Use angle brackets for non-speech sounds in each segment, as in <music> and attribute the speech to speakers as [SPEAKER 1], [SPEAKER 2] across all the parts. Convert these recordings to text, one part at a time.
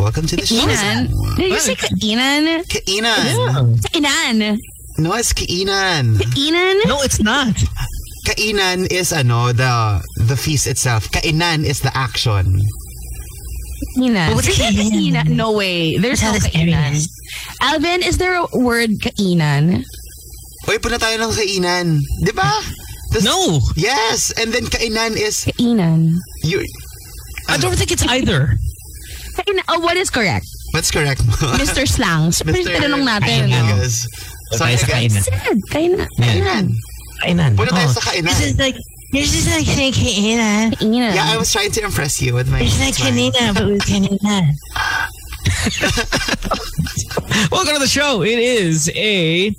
[SPEAKER 1] welcome to the show.
[SPEAKER 2] Kainan? Did you say kainan?
[SPEAKER 1] Kainan.
[SPEAKER 2] Kainan.
[SPEAKER 1] No, it's kainan.
[SPEAKER 2] Kainan?
[SPEAKER 3] No, it's not.
[SPEAKER 1] Kainan is ano, the the feast itself. Kainan is the action.
[SPEAKER 2] Kainan.
[SPEAKER 3] What's
[SPEAKER 2] Is there
[SPEAKER 3] kainan?
[SPEAKER 2] kainan? No way. There's no
[SPEAKER 3] Tell us, Arian.
[SPEAKER 2] kainan. Alvin, is there a word kainan?
[SPEAKER 1] Uy, punta tayo ng kainan. Di ba? Tas-
[SPEAKER 3] No,
[SPEAKER 1] Yes, and then kainan is
[SPEAKER 2] Kainan.
[SPEAKER 1] you.
[SPEAKER 3] I don't think it's either.
[SPEAKER 2] Kainan. Oh, what is
[SPEAKER 1] <laughs>
[SPEAKER 2] correct?
[SPEAKER 1] What's correct mo? <laughs>
[SPEAKER 2] Mr. Slangs. Pero tinanong natin.
[SPEAKER 3] Kainan.
[SPEAKER 1] Yes.
[SPEAKER 3] Tayo sa kainan.
[SPEAKER 2] Sad. Kainan.
[SPEAKER 1] Kainan.
[SPEAKER 3] Kainan.
[SPEAKER 1] Punta tayo
[SPEAKER 3] Oh.
[SPEAKER 1] sa kainan.
[SPEAKER 3] This is like, this is like saying kainan.
[SPEAKER 2] Kainan.
[SPEAKER 1] Yeah, I was trying to impress you with my.
[SPEAKER 3] It's like
[SPEAKER 1] smile.
[SPEAKER 3] kanina, but with kanina. Welcome to the show. It is a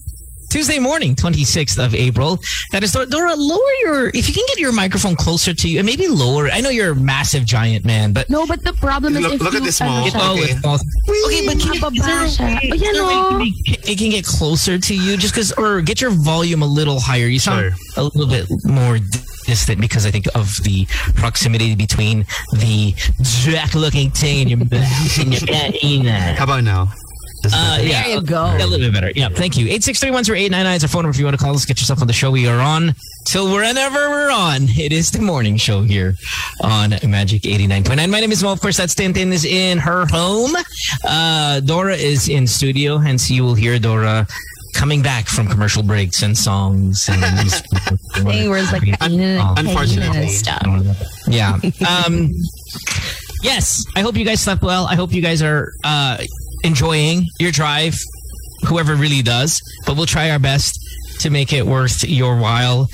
[SPEAKER 3] Tuesday morning, 26th of April. That is, Dora, lower your, if you can get your microphone closer to you, and maybe lower. I know you're a massive giant man, but.
[SPEAKER 2] No, but the problem is
[SPEAKER 1] Look-
[SPEAKER 2] if
[SPEAKER 1] look at
[SPEAKER 2] you,
[SPEAKER 1] this
[SPEAKER 2] ano
[SPEAKER 1] mall.
[SPEAKER 3] It
[SPEAKER 2] siya,
[SPEAKER 1] Okay.
[SPEAKER 3] always falls. Okay, but can
[SPEAKER 2] Mababa siya.
[SPEAKER 3] you,
[SPEAKER 2] Oh,
[SPEAKER 3] is
[SPEAKER 2] yan
[SPEAKER 3] there a way
[SPEAKER 2] o.
[SPEAKER 3] to make- it can get closer to you just because, or get your volume a little higher. You sound
[SPEAKER 1] Sure.
[SPEAKER 3] a little bit more d- distant because I think of the proximity between the jack-looking thing in your <laughs> mouth and your vagina.
[SPEAKER 1] How about now? This is
[SPEAKER 3] Uh,
[SPEAKER 1] better.
[SPEAKER 3] yeah,
[SPEAKER 2] There you
[SPEAKER 3] uh,
[SPEAKER 2] go.
[SPEAKER 3] yeah, A little bit better. Yeah, thank you. 863-10899 is our phone number if you want to call us. Get yourself on the show. We are on till wherever we're on. It is the morning show here on Magic 89.9. My name is Mo. Of course, that's Tintin is in her home. Uh, Dora is in studio. Hence, you will hear Dora coming back from commercial breaks and songs. And
[SPEAKER 2] Saying words like kainan and kainan
[SPEAKER 1] Unfortunately.
[SPEAKER 2] and stuff.
[SPEAKER 3] yeah. Um, yes. I hope you guys slept well. I hope you guys are uh, enjoying your drive, whoever really does. But we'll try our best to make it worth your while.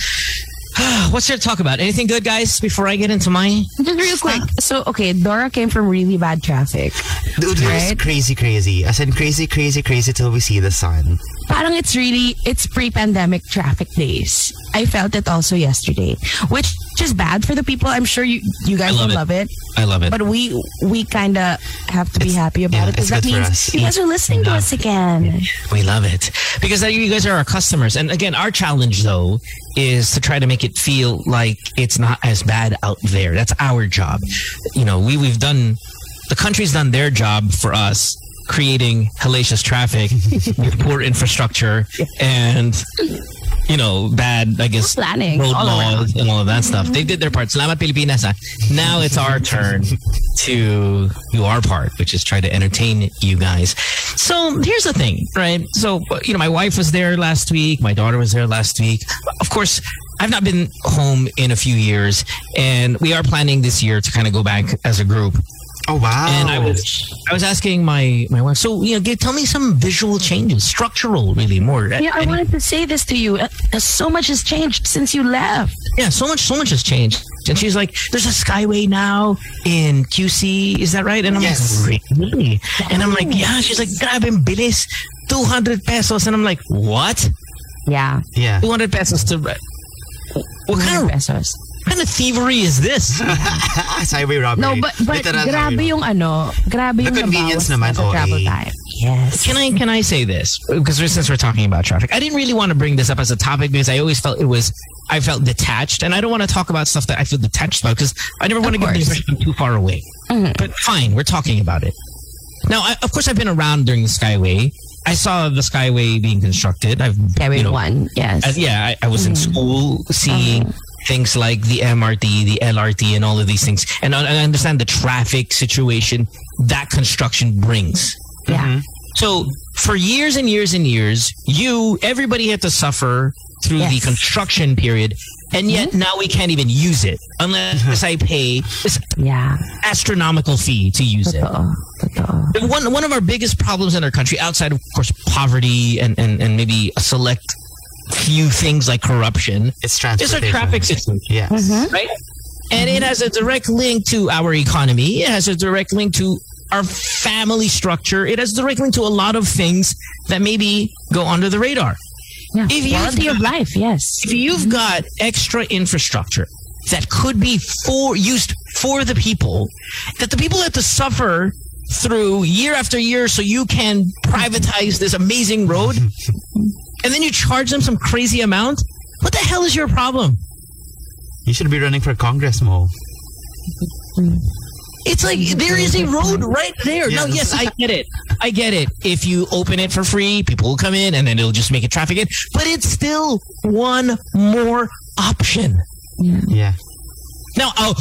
[SPEAKER 3] <sighs> What's there to talk about? Anything good, guys? Before I get into my
[SPEAKER 2] Just real quick. So, okay, Dora came from really bad traffic.
[SPEAKER 1] Dude, it was
[SPEAKER 2] Right?
[SPEAKER 1] crazy, crazy. As in crazy, crazy, crazy till we see the sun.
[SPEAKER 2] parang it's really it's pre-pandemic traffic days. I felt it also yesterday, which is bad for the people. I'm sure you you guys
[SPEAKER 3] I love
[SPEAKER 2] will
[SPEAKER 3] it.
[SPEAKER 2] love it,
[SPEAKER 3] I love it.
[SPEAKER 2] but we we kind of have to be happy about
[SPEAKER 1] yeah,
[SPEAKER 2] it because
[SPEAKER 1] it's
[SPEAKER 2] that
[SPEAKER 1] good for us.
[SPEAKER 2] means you guys are listening to us again.
[SPEAKER 3] We love it because uh, you guys are our customers. And again, our challenge though is to try to make it feel like it's not as bad out there. That's our job. You know, we we've done the country's done their job for us creating hellacious traffic <laughs> with poor infrastructure and you know, bad, I guess,
[SPEAKER 2] Planning
[SPEAKER 3] road
[SPEAKER 2] all Mm-hmm.
[SPEAKER 3] laws and all of that stuff. They did their part. Salamat Pilipinas. ah. Now it's our turn to do our part, which is try to entertain you guys. So here's the thing, right? So, you know, my wife was there last week. My daughter was there last week. Of course, I've not been home in a few years, and we are planning this year to kind of go back as a group
[SPEAKER 1] Oh wow!
[SPEAKER 3] and I was I was asking my my wife. So you know, give, tell me some visual changes, structural, really more. uh,
[SPEAKER 2] Yeah,
[SPEAKER 3] Any-
[SPEAKER 2] I wanted to say this to you. Uh, uh, So much has changed since you left.
[SPEAKER 3] yeah, so much, so much has changed. And she's like, "There's a Skyway now in QC. Is that right?" And I'm
[SPEAKER 1] Yes.
[SPEAKER 3] like, "Really?" And I'm like, "Yeah." She's like, "Grabe, ang bilis, 200 pesos." And I'm like, "What?
[SPEAKER 2] Yeah,
[SPEAKER 1] yeah.
[SPEAKER 3] 200 pesos to what kind of
[SPEAKER 2] pesos.
[SPEAKER 3] kind of thievery is
[SPEAKER 1] <laughs>
[SPEAKER 3] this?"
[SPEAKER 1] Highway robbery.
[SPEAKER 2] No, but but
[SPEAKER 1] Literal
[SPEAKER 2] grabe
[SPEAKER 1] highway
[SPEAKER 2] yung ano, grabe
[SPEAKER 1] The
[SPEAKER 2] yung
[SPEAKER 1] convenience
[SPEAKER 2] nabawas
[SPEAKER 1] naman, oh,
[SPEAKER 2] sa
[SPEAKER 1] eh. OA.
[SPEAKER 2] travel time. Yes.
[SPEAKER 3] Can I can I say this? Because since we're talking about traffic, I didn't really want to bring this up as a topic because I always felt it was I felt detached, and I don't want to talk about stuff that I feel detached about because I never want to
[SPEAKER 2] Of
[SPEAKER 3] give the
[SPEAKER 2] course.
[SPEAKER 3] impression I'm too far away.
[SPEAKER 2] Mhm.
[SPEAKER 3] But fine, we're talking about it. Now, I, of course, I've been around during the Skyway. I saw the Skyway being constructed. I've
[SPEAKER 2] Carry
[SPEAKER 3] you know,
[SPEAKER 2] one. Yes. Mm-hmm. Uh-huh.
[SPEAKER 3] as- yeah, I, I was in school seeing things like the MRT, the LRT, and all of these things. And I, I understand the traffic situation that construction brings. Mm-hmm.
[SPEAKER 2] yeah.
[SPEAKER 3] So for years and years and years, you everybody had to suffer through the
[SPEAKER 2] Yes. Mm-hmm.
[SPEAKER 3] construction period, and yet now we can't even use it unless I pay this
[SPEAKER 2] Yeah.
[SPEAKER 3] astronomical fee to use it.
[SPEAKER 2] Totoo. Totoo.
[SPEAKER 3] One one of our biggest problems in our country, outside of course poverty and and, and maybe a select few things like corruption,
[SPEAKER 1] It's
[SPEAKER 3] is our
[SPEAKER 1] transportation.
[SPEAKER 3] traffic system
[SPEAKER 1] Yes.
[SPEAKER 2] Mm-hmm.
[SPEAKER 3] right? And it has a direct link to our economy. It has a direct link to our family structure. It has a direct link to a lot of things that maybe go under the radar.
[SPEAKER 2] Yeah.
[SPEAKER 3] If you-
[SPEAKER 2] Quality of life, yes.
[SPEAKER 3] If you've got extra infrastructure that could be for used for the people, that the people have to suffer through year after year, so you can privatize this amazing road, and then you charge them some crazy amount. What the hell is your problem?
[SPEAKER 1] You should be running for Congress, Mo.
[SPEAKER 3] It's like there is a road right there. Now, yes,
[SPEAKER 1] Yes.
[SPEAKER 3] I get it. I get it. If you open it for free, people will come in and then it'll just make it traffic in. But it's still one more option.
[SPEAKER 1] Yeah.
[SPEAKER 3] Now, oh,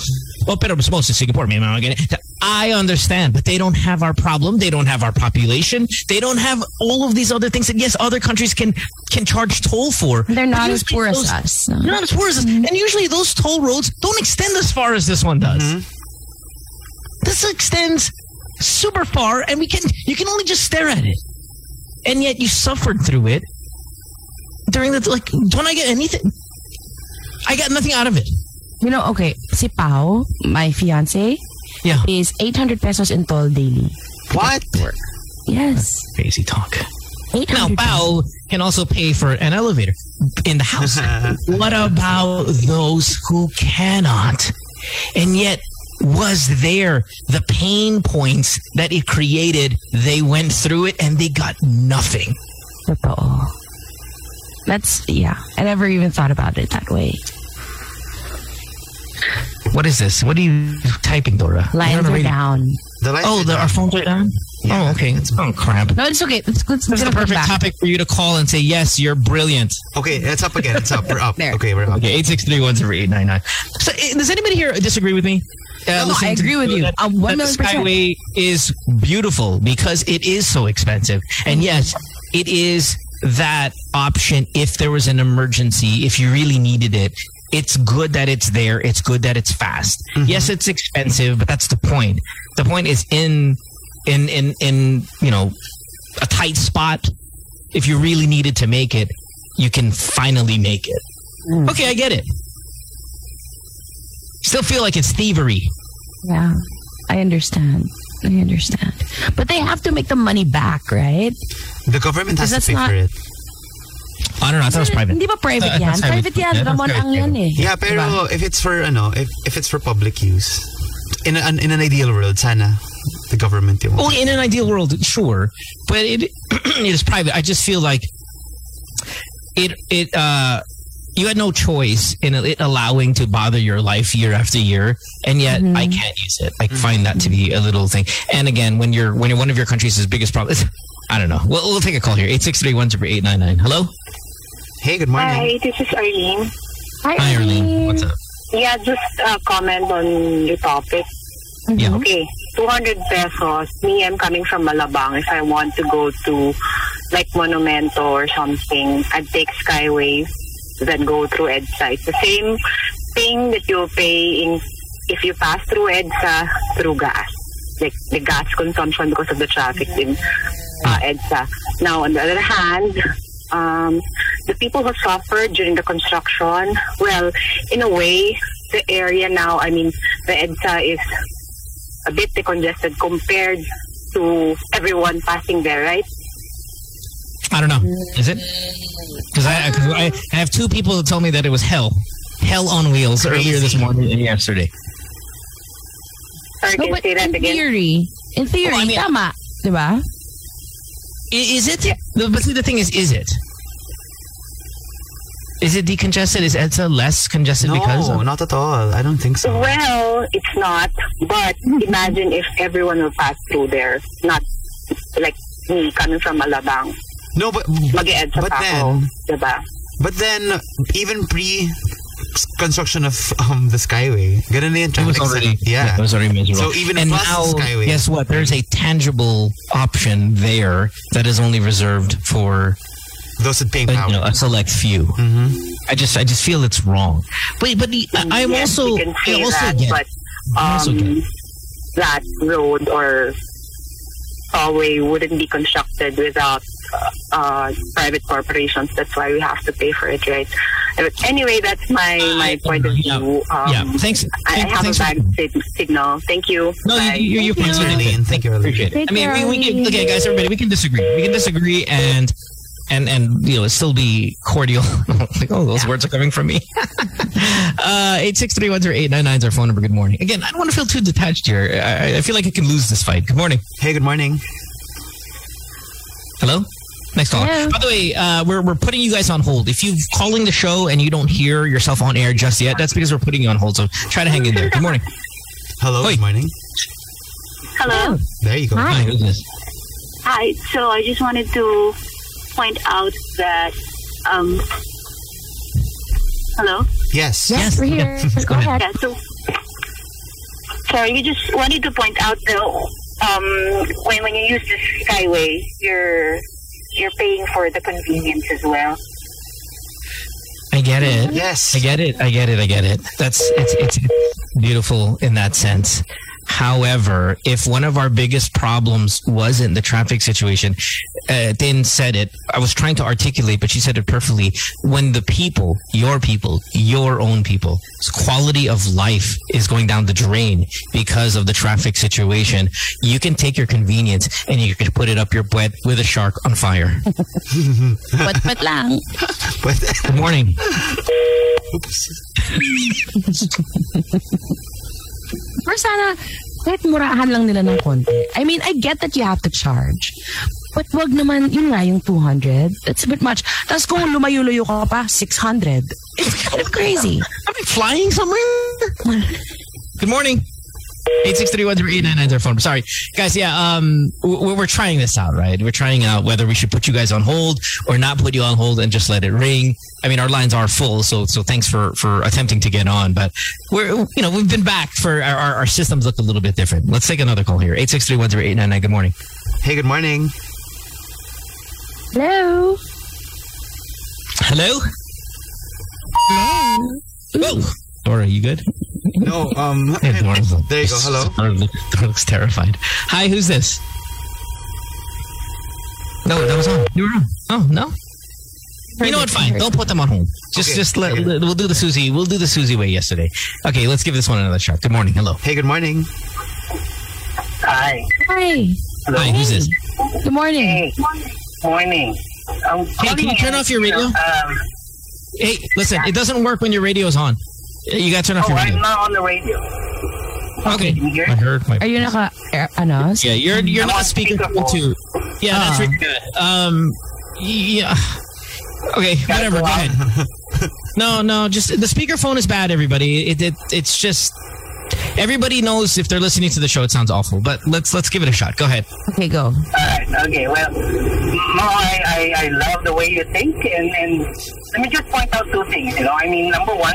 [SPEAKER 3] well, pero mas most in Singapore, may mga ganyan. I understand, but they don't have our problem. They don't have our population. They don't have all of these other things that yes, other countries can can charge toll for.
[SPEAKER 4] They're
[SPEAKER 3] But
[SPEAKER 4] not as
[SPEAKER 3] usually
[SPEAKER 4] poor as
[SPEAKER 3] those-
[SPEAKER 4] us.
[SPEAKER 3] They're not as poor as us, and usually those toll roads don't extend as far as this one does. This extends super far, and we can you can only just stare at it, and yet you suffered through it during the like. Don't I get anything? I got nothing out of it.
[SPEAKER 2] You know, okay, si Pao, my fiance,
[SPEAKER 3] Yeah.
[SPEAKER 2] is 800 pesos in toll daily.
[SPEAKER 1] What?
[SPEAKER 2] Yes.
[SPEAKER 3] Crazy talk.
[SPEAKER 2] 800
[SPEAKER 3] Now, Bao can also pay for an elevator in the
[SPEAKER 1] <laughs>
[SPEAKER 3] house. what about those who cannot? And yet, was there the pain points that it created? They went through it and they got nothing.
[SPEAKER 2] Totoo. That's, yeah. I never even thought about it that way.
[SPEAKER 3] What is this? What are you typing, Dora? You're on
[SPEAKER 2] Lines
[SPEAKER 3] a
[SPEAKER 2] are
[SPEAKER 3] radio-
[SPEAKER 2] down.
[SPEAKER 1] The lights
[SPEAKER 3] Oh,
[SPEAKER 1] are
[SPEAKER 3] the, our
[SPEAKER 1] down.
[SPEAKER 3] phones are down? Oh, okay. It's, oh, crap.
[SPEAKER 2] No, it's okay. It's good.
[SPEAKER 3] This is the perfect topic for you to call and say, yes, you're brilliant.
[SPEAKER 1] Okay, it's up again. It's up. We're up. Okay, we're up.
[SPEAKER 3] Okay, eight six three one zero eight nine nine. So, eh, does anybody here disagree with me? Uh,
[SPEAKER 2] No,
[SPEAKER 3] listening
[SPEAKER 2] Oh, I
[SPEAKER 3] to
[SPEAKER 2] agree
[SPEAKER 3] the
[SPEAKER 2] with
[SPEAKER 3] show
[SPEAKER 2] you.
[SPEAKER 3] That,
[SPEAKER 2] Uh,
[SPEAKER 3] that
[SPEAKER 2] 1
[SPEAKER 3] the
[SPEAKER 2] million percent.
[SPEAKER 3] Skyway is beautiful because it is so expensive, and yes, it is that option. If there was an emergency, if you really needed it, it's good that it's there. It's good that it's fast.
[SPEAKER 2] Mm-hmm.
[SPEAKER 3] Yes, it's expensive, but that's the point. The point is in in in in you know a tight spot. If you really needed to make it, you can finally make it.
[SPEAKER 2] Mm.
[SPEAKER 3] Okay, I get it. Still feel like it's thievery.
[SPEAKER 2] Yeah. I understand. I understand. But they have to make the money back, right?
[SPEAKER 1] The government has to
[SPEAKER 2] Because that's
[SPEAKER 1] pay
[SPEAKER 2] not-
[SPEAKER 1] for it.
[SPEAKER 3] I don't know. I thought it was private.
[SPEAKER 2] Hindi ba private
[SPEAKER 3] Uh,
[SPEAKER 2] yan?
[SPEAKER 3] that's private.
[SPEAKER 2] Private yan.
[SPEAKER 3] Yeah, that's
[SPEAKER 2] Ramon
[SPEAKER 3] private.
[SPEAKER 2] ang yan eh.
[SPEAKER 1] Yeah, pero if it's for ano, if if it's for public use, in an in an ideal world, sana the government yung.
[SPEAKER 3] Well, Oh, in an ideal world, sure, but it <clears throat> it is private. I just feel like it it uh you had no choice in it allowing to bother your life year after year, and yet I can't use it.
[SPEAKER 1] Mm-hmm.
[SPEAKER 3] I find that to be a little thing. And again, when you're when one of your countries' biggest problem, <laughs> I don't know. We'll, we'll take a call here eight six three one zero eight nine nine. Hello,
[SPEAKER 1] Hey, good morning.
[SPEAKER 5] Hi, this is Arlene.
[SPEAKER 3] hi Arlene. What's up?
[SPEAKER 5] Yeah, just uh, comment on the topic.
[SPEAKER 3] Yeah.
[SPEAKER 5] Mm-hmm. Okay, 200 pesos. Me, I'm coming from Malabang. If I want to go to like Monumento or something, I'd take Skyway, then go through EDSA. It's the same thing that you pay in if you pass through EDSA through gas. Like the gas consumption because of the traffic in uh, EDSA. Now, on the other hand, um, the people who suffered during the construction, well, in a way, the area now, I mean, the EDSA is a bit congested compared to everyone passing there, right?
[SPEAKER 3] I don't know. Is it? Because I, 'cause I, I have two people that told me that it was hell, hell on wheels earlier this morning and yesterday.
[SPEAKER 5] Sorry,
[SPEAKER 2] No,
[SPEAKER 5] can you
[SPEAKER 2] but
[SPEAKER 5] say
[SPEAKER 2] in
[SPEAKER 5] that again?
[SPEAKER 2] theory, in theory,
[SPEAKER 3] Oh, I mean-
[SPEAKER 2] tama.
[SPEAKER 3] <laughs>
[SPEAKER 2] Diba?
[SPEAKER 3] I- Is it? No, But see, the thing is, is it? Is it decongested? Is EDSA less congested
[SPEAKER 1] No,
[SPEAKER 3] because? Of,
[SPEAKER 1] not at all. I don't think so.
[SPEAKER 5] Well, it's not, but imagine if everyone will pass through there, not like me coming from Alabang.
[SPEAKER 1] No, but but,
[SPEAKER 5] Mag-EDSA
[SPEAKER 1] but
[SPEAKER 5] pa ako,
[SPEAKER 1] then
[SPEAKER 5] diba?
[SPEAKER 1] but then even pre construction of um the skyway, ganun na yung
[SPEAKER 3] it was
[SPEAKER 1] traffic sa-
[SPEAKER 3] already
[SPEAKER 1] yeah.
[SPEAKER 3] It was already miserable.
[SPEAKER 1] So even
[SPEAKER 3] and
[SPEAKER 1] plus
[SPEAKER 3] now,
[SPEAKER 1] Skyway.
[SPEAKER 3] guess what? There's a tangible option there that is only reserved for
[SPEAKER 1] Those with paying
[SPEAKER 3] but,
[SPEAKER 1] power.
[SPEAKER 3] you know, a select few. I just, I just feel it's wrong. But, but the, I, I'm
[SPEAKER 5] Yes,
[SPEAKER 3] also,
[SPEAKER 5] you can
[SPEAKER 3] I
[SPEAKER 5] say
[SPEAKER 3] also
[SPEAKER 5] that,
[SPEAKER 3] get-
[SPEAKER 5] but
[SPEAKER 3] I also
[SPEAKER 5] um,
[SPEAKER 3] get-
[SPEAKER 5] that road or hallway wouldn't be constructed without uh, uh, private corporations. That's why we have to pay for it, right? But anyway, that's my, my point of
[SPEAKER 3] Ah, Yeah.
[SPEAKER 5] view. Um,
[SPEAKER 3] yeah. Thanks.
[SPEAKER 5] I, I have
[SPEAKER 3] thanks for-
[SPEAKER 5] a bad sig- signal. Thank you.
[SPEAKER 3] No,
[SPEAKER 5] Bye.
[SPEAKER 3] you, you, your points are
[SPEAKER 1] Arlene.
[SPEAKER 3] taken.
[SPEAKER 1] Thank you, Arlene.
[SPEAKER 3] Appreciate it. I mean, we, we can, okay, guys, everybody, we can disagree. We can disagree and and and you know still be cordial. <laughs> like, oh, those words are coming from
[SPEAKER 2] <laughs>
[SPEAKER 3] me. Uh, Eight six three one zero eight nine nine is our phone number. Good morning. Again, I don't want to feel too detached here. I, I feel like I can lose this fight. Good morning.
[SPEAKER 1] Hey, good morning.
[SPEAKER 3] Hello? Next caller.
[SPEAKER 2] Hello.
[SPEAKER 3] By the way, uh, we're, we're putting you guys on hold. If you're calling the show and you don't hear yourself on air just yet, that's because we're putting you on hold. So try to hang in there. Good morning.
[SPEAKER 1] Hello,
[SPEAKER 3] Hoy.
[SPEAKER 1] good morning.
[SPEAKER 5] Hello.
[SPEAKER 1] There you go.
[SPEAKER 2] Hi.
[SPEAKER 3] Who's this?
[SPEAKER 5] Hi. So I just wanted to point out that. Um, hello.
[SPEAKER 1] Yes.
[SPEAKER 2] Yes,
[SPEAKER 3] <laughs>
[SPEAKER 2] we're here. <laughs> Go ahead.
[SPEAKER 5] Yeah. So sorry, we just wanted to point out though. Um, when when you use the Skyway, you're you're paying for the convenience as well.
[SPEAKER 3] I get it.
[SPEAKER 1] Yes.
[SPEAKER 3] I get it. I get it. I get it. That's it's it's beautiful in that sense. However, if one of our biggest problems wasn't the traffic situation, uh, Tin said it. I was trying to articulate, but she said it perfectly. When the people, your people, your own people, quality of life is going down the drain because of the traffic situation, you can take your convenience and you can put it up your butt with a shark on fire.
[SPEAKER 2] Pat-pat lang.
[SPEAKER 1] But,
[SPEAKER 3] Good morning.
[SPEAKER 2] Or sana, kahit murahan lang nila ng konti. I mean, I get that you have to charge. But wag naman, yun nga, yung 200. That's a bit much. Tapos kung lumayo-luyo ka pa, 600. It's kind of crazy.
[SPEAKER 3] <laughs> Are we flying somewhere? Good morning. 863-138-994. Sorry. Guys, yeah, um, w- we're trying this out, right? We're trying out whether we should put you guys on hold or not put you on hold and just let it ring. I mean, our lines are full, so so thanks for, for attempting to get on. But we're, you know, we've been back for our, our, our systems look a little bit different. Let's take another call here. 863-138-994. Good morning.
[SPEAKER 1] hey, good morning.
[SPEAKER 2] Hello?
[SPEAKER 3] Hello? Hello? Oh, Dora, you good?
[SPEAKER 1] No, um,
[SPEAKER 3] Yeah, Dora.
[SPEAKER 1] There you go. Hello.
[SPEAKER 3] Dora, look- Dora looks terrified. Hi, who's this? No, that was on. You were on. Oh no. You know what? Fine. Don't put them on hold. Just,
[SPEAKER 1] Okay.
[SPEAKER 3] just let,
[SPEAKER 1] Okay.
[SPEAKER 3] let- We'll do the Susie. We'll do the Susie way yesterday. Okay, let's give this one another shot. Good morning. Hello.
[SPEAKER 1] hey, good morning.
[SPEAKER 5] Hi.
[SPEAKER 2] Hi.
[SPEAKER 3] Hi, who's this?
[SPEAKER 2] Good morning.
[SPEAKER 5] Hey. Morning. Um,
[SPEAKER 3] Hey, can you turn off your radio?
[SPEAKER 5] Um,
[SPEAKER 3] Hey, listen. It doesn't work when your radio's on. You gotta turn off
[SPEAKER 5] oh,
[SPEAKER 3] your
[SPEAKER 5] I'm
[SPEAKER 3] radio.
[SPEAKER 5] not on the radio.
[SPEAKER 3] Okay.
[SPEAKER 5] Can you hear?
[SPEAKER 3] I heard my.
[SPEAKER 2] Are you naka, er, ano?
[SPEAKER 3] Yeah, you're you're
[SPEAKER 5] I'm
[SPEAKER 3] not
[SPEAKER 5] on
[SPEAKER 3] speaking
[SPEAKER 5] speakerphone.
[SPEAKER 3] to. Yeah, that's
[SPEAKER 2] Ah.
[SPEAKER 3] really good. Um, yeah. Okay, whatever. Go
[SPEAKER 5] go out.
[SPEAKER 3] ahead. <laughs> No, no, just the speakerphone is bad. Everybody, it, it it's just everybody knows if they're listening to the show, it sounds awful. But let's let's give it a shot. Go ahead.
[SPEAKER 2] Okay, go.
[SPEAKER 5] Alright, okay, well, Mo, I, I, I love the way you think, and, and let me just point out two things, you know, I mean, number one,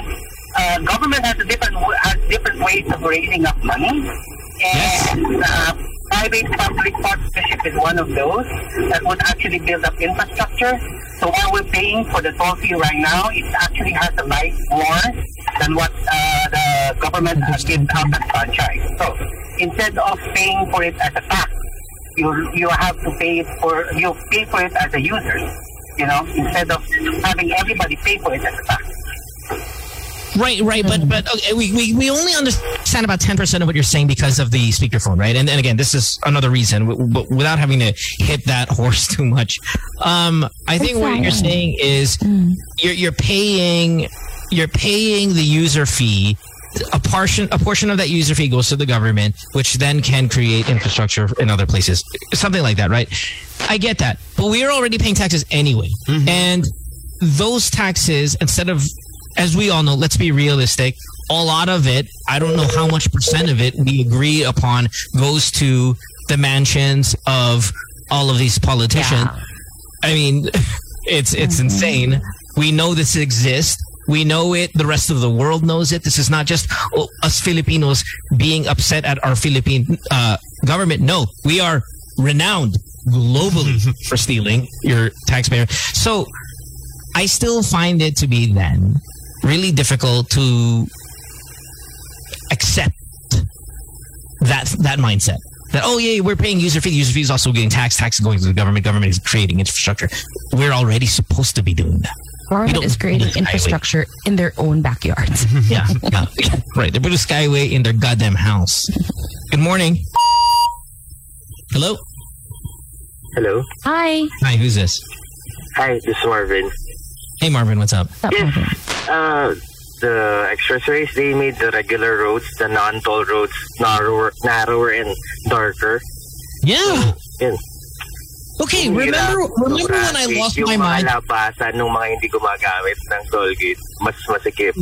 [SPEAKER 5] uh, government has a different, w- has different ways of raising up money, and
[SPEAKER 3] Yes.
[SPEAKER 5] uh, private-public partnership is one of those that would actually build up infrastructure, so what we're paying for the toll fee right now, it actually has a life more than what uh, the government has given out as franchise. So, instead of paying for it as a tax, you you have to pay it for you pay for it as a user, you know, instead of having everybody pay for it as a tax.
[SPEAKER 3] Right, right, but but okay, we, we we only understand about ten percent of what you're saying because of the speakerphone, right? And and again, this is another reason, w- w- but without having to hit that <laughs> horse too much. Um, I think what you're
[SPEAKER 2] Exactly.
[SPEAKER 3] saying is you're you're paying you're paying the user fee. A portion a portion of that user fee goes to the government, which then can create infrastructure in other places, something like that, right? I get that, but we are already paying taxes anyway, and those taxes instead of as we all know, let's be realistic. A lot of it, I don't know how much percent of it we agree upon goes to the mansions of all of these politicians.
[SPEAKER 2] Yeah.
[SPEAKER 3] I mean, <laughs> it's it's insane. We know this exists. We know it. The rest of the world knows it. This is not just oh, us Filipinos being upset at our Philippine uh, government. No, we are renowned globally for stealing your taxpayer. So I still find it to be then really difficult to accept that that mindset. That oh yeah, we're paying user fee. User fee is also getting tax. Tax is going to the government. Government is creating infrastructure. We're already supposed to be doing that.
[SPEAKER 2] Government
[SPEAKER 3] don't
[SPEAKER 2] is creating
[SPEAKER 3] need a highway.
[SPEAKER 2] infrastructure in their own backyards.
[SPEAKER 3] <laughs> Yeah, yeah. right. They put a skyway in their goddamn house. Good morning. Hello.
[SPEAKER 4] Hello.
[SPEAKER 2] Hi.
[SPEAKER 3] Hi, who's this?
[SPEAKER 4] Hi, this is Marvin.
[SPEAKER 3] Hey Marvin, what's up?
[SPEAKER 2] Stop moving.
[SPEAKER 4] Uh, the accessories, they made the regular roads, the non-toll roads, narrower, narrower and darker.
[SPEAKER 3] Yeah.
[SPEAKER 6] Oh.
[SPEAKER 4] Yun.
[SPEAKER 3] Okay.
[SPEAKER 4] Hirap,
[SPEAKER 3] Remember, remember when I
[SPEAKER 4] traffic,
[SPEAKER 3] lost
[SPEAKER 4] yung
[SPEAKER 3] my
[SPEAKER 4] mga
[SPEAKER 3] mind?
[SPEAKER 4] labasan ng mga hindi gumagamit ng toll gate, mas masikip.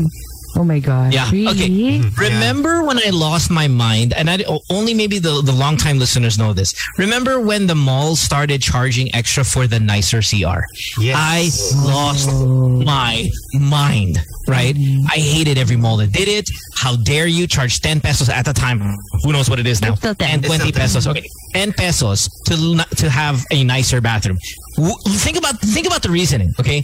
[SPEAKER 2] Oh my gosh.
[SPEAKER 3] Yeah, Mm-hmm.
[SPEAKER 2] Really?
[SPEAKER 3] Remember when I lost my mind, and I only maybe the the longtime listeners know this. Remember when the mall started charging extra for the nicer CR?
[SPEAKER 1] Yes.
[SPEAKER 3] I lost
[SPEAKER 2] Oh.
[SPEAKER 3] my mind. Right?
[SPEAKER 2] Mm-hmm.
[SPEAKER 3] I hated every mall that did it. How dare you charge ten pesos at a time? Who knows what it is now?
[SPEAKER 2] It's still 10.
[SPEAKER 3] And
[SPEAKER 1] It's
[SPEAKER 3] twenty
[SPEAKER 1] still 10.
[SPEAKER 3] pesos. Okay, ten pesos to l- to have a nicer bathroom. W- Think about think about the reasoning. Okay,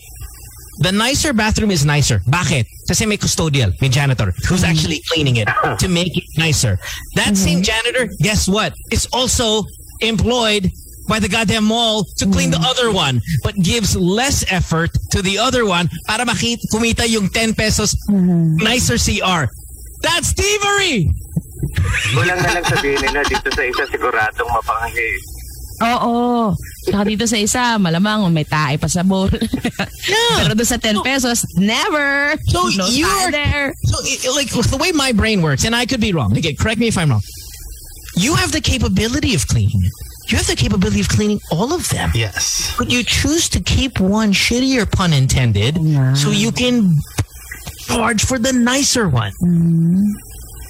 [SPEAKER 3] the nicer bathroom is nicer. Bakit? Kasi may custodial, may janitor, who's actually cleaning it to make it nicer. That same janitor, guess what? Is also employed by the goddamn mall to clean the other one, but gives less effort to the other one para makita, kumita yung 10 pesos nicer CR. That's thievery!
[SPEAKER 7] Kulang na lang sabihin nila dito sa isa siguradong mapanghi.
[SPEAKER 2] Oo. Saka dito sa isa, malamang may tae pa sa bowl. <laughs>
[SPEAKER 3] Yeah.
[SPEAKER 2] Pero doon sa 10 pesos, never.
[SPEAKER 3] So
[SPEAKER 2] <laughs> no
[SPEAKER 3] you
[SPEAKER 2] tae
[SPEAKER 3] are-
[SPEAKER 2] there.
[SPEAKER 3] So, it, it- like the way my brain works, and I could be wrong. Again, correct me if I'm wrong. You have the capability of cleaning it. You have the capability of cleaning all of them,
[SPEAKER 1] Yes.
[SPEAKER 3] but you choose to keep one shittier, pun intended,
[SPEAKER 2] Yeah.
[SPEAKER 3] so you can charge for the nicer one.
[SPEAKER 2] Mm-hmm.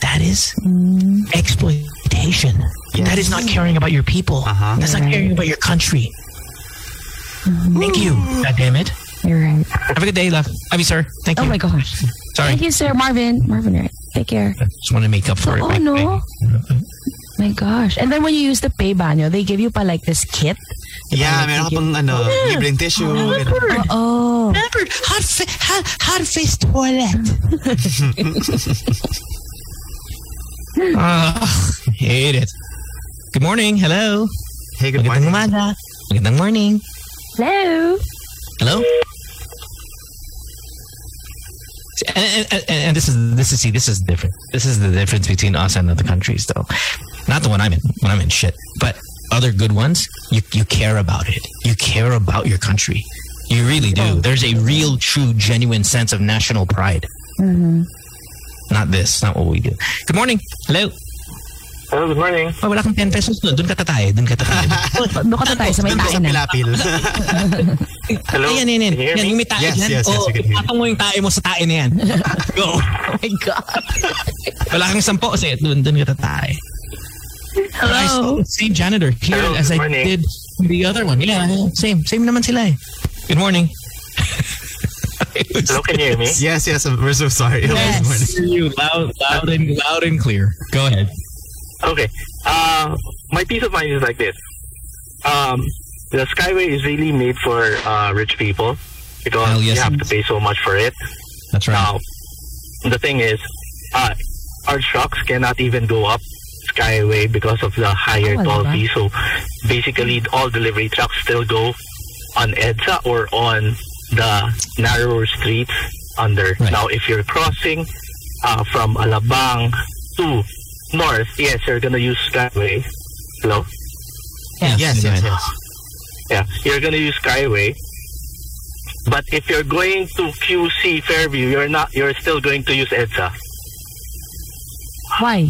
[SPEAKER 3] That is exploitation. That is not caring about your people.
[SPEAKER 1] Uh-huh.
[SPEAKER 3] That's not
[SPEAKER 2] Right.
[SPEAKER 3] caring about your country. Thank you. God damn it.
[SPEAKER 2] You're right.
[SPEAKER 3] Have a good day, love. I mean, sir. Thank
[SPEAKER 2] Oh
[SPEAKER 3] you.
[SPEAKER 2] my gosh.
[SPEAKER 3] Sorry.
[SPEAKER 2] Thank you, sir. Marvin. Marvin, right? Take care.
[SPEAKER 3] Just want to make up for it.
[SPEAKER 2] Oo,
[SPEAKER 3] by
[SPEAKER 2] Oh, no?
[SPEAKER 3] playing.
[SPEAKER 2] My gosh. And then when you use the pay banyo, they give you pa like this kit.
[SPEAKER 1] Yeah, meron ka pang ano, libreng
[SPEAKER 2] <laughs>
[SPEAKER 1] tissue. ganun.
[SPEAKER 2] Oh.
[SPEAKER 3] Peppered. Hot, fa- hot, hot face toilet. Ugh, Ah, hate it. Good morning. Hello.
[SPEAKER 1] Hey, good
[SPEAKER 3] Magandang
[SPEAKER 1] morning.
[SPEAKER 3] umaga. Magandang morning.
[SPEAKER 2] Hello.
[SPEAKER 3] Hello. And, and, and, and this is this is see this is different. This is the difference between us and other countries, though. Not the one I'm in. When I'm in shit, but other good ones, you you care about it. You care about your country. You really do. There's a real, true, genuine sense of national pride.
[SPEAKER 2] Mm-hmm.
[SPEAKER 3] Not this. Not what we do. Good morning. Hello.
[SPEAKER 7] Hello, good morning.
[SPEAKER 3] Oh, wala kang 10 pesos doon. Doon ka tatay. Doon ka
[SPEAKER 2] <laughs>
[SPEAKER 3] tatay.
[SPEAKER 2] Oh, Doon ka na tayo sa may
[SPEAKER 1] Doon
[SPEAKER 2] tae
[SPEAKER 1] po sa
[SPEAKER 2] na. <laughs>
[SPEAKER 1] pilapil.
[SPEAKER 5] um,
[SPEAKER 7] Hello?
[SPEAKER 3] Ayan, yan, yan.
[SPEAKER 7] Can you hear
[SPEAKER 3] Yan,
[SPEAKER 7] me?
[SPEAKER 3] yung may tae
[SPEAKER 1] Yes,
[SPEAKER 3] yan.
[SPEAKER 1] yes, yes,
[SPEAKER 3] Oo,
[SPEAKER 1] we can hear you.
[SPEAKER 3] ipatong mo yung tae mo sa tae na yan. Go.
[SPEAKER 2] <laughs> Oh my God.
[SPEAKER 3] Wala kang sampo kasi doon, doon ka tatay. I saw
[SPEAKER 2] Hello.
[SPEAKER 3] the same janitor here
[SPEAKER 7] Hello,
[SPEAKER 3] as I
[SPEAKER 7] good morning.
[SPEAKER 3] did the other one. Yeah, same. Same naman sila eh. Good morning.
[SPEAKER 7] Hello, can you hear me?
[SPEAKER 1] Yes, yes, we're so sorry. Good morning.
[SPEAKER 3] You loud, loud and loud and clear. Go ahead.
[SPEAKER 7] Okay. Uh, my peace of mind is like this. Um, the Skyway is really made for uh, rich people because
[SPEAKER 3] Hell yes.
[SPEAKER 7] you have to pay so much for it.
[SPEAKER 3] That's right.
[SPEAKER 7] Now, the thing is, uh, our trucks cannot even go up Skyway because of the higher
[SPEAKER 2] Oh, wala
[SPEAKER 7] toll
[SPEAKER 2] ba?
[SPEAKER 7] fee. So basically, all delivery trucks still go on EDSA or on the narrower streets under.
[SPEAKER 3] Right.
[SPEAKER 7] Now, if you're crossing uh, from Alabang to North, yes, you're gonna use Skyway. Hello.
[SPEAKER 1] Yes, yes, yes.
[SPEAKER 7] Yeah, you're gonna use Skyway. But if you're going to QC Fairview, you're not. You're still going to use EDSA.
[SPEAKER 2] Why?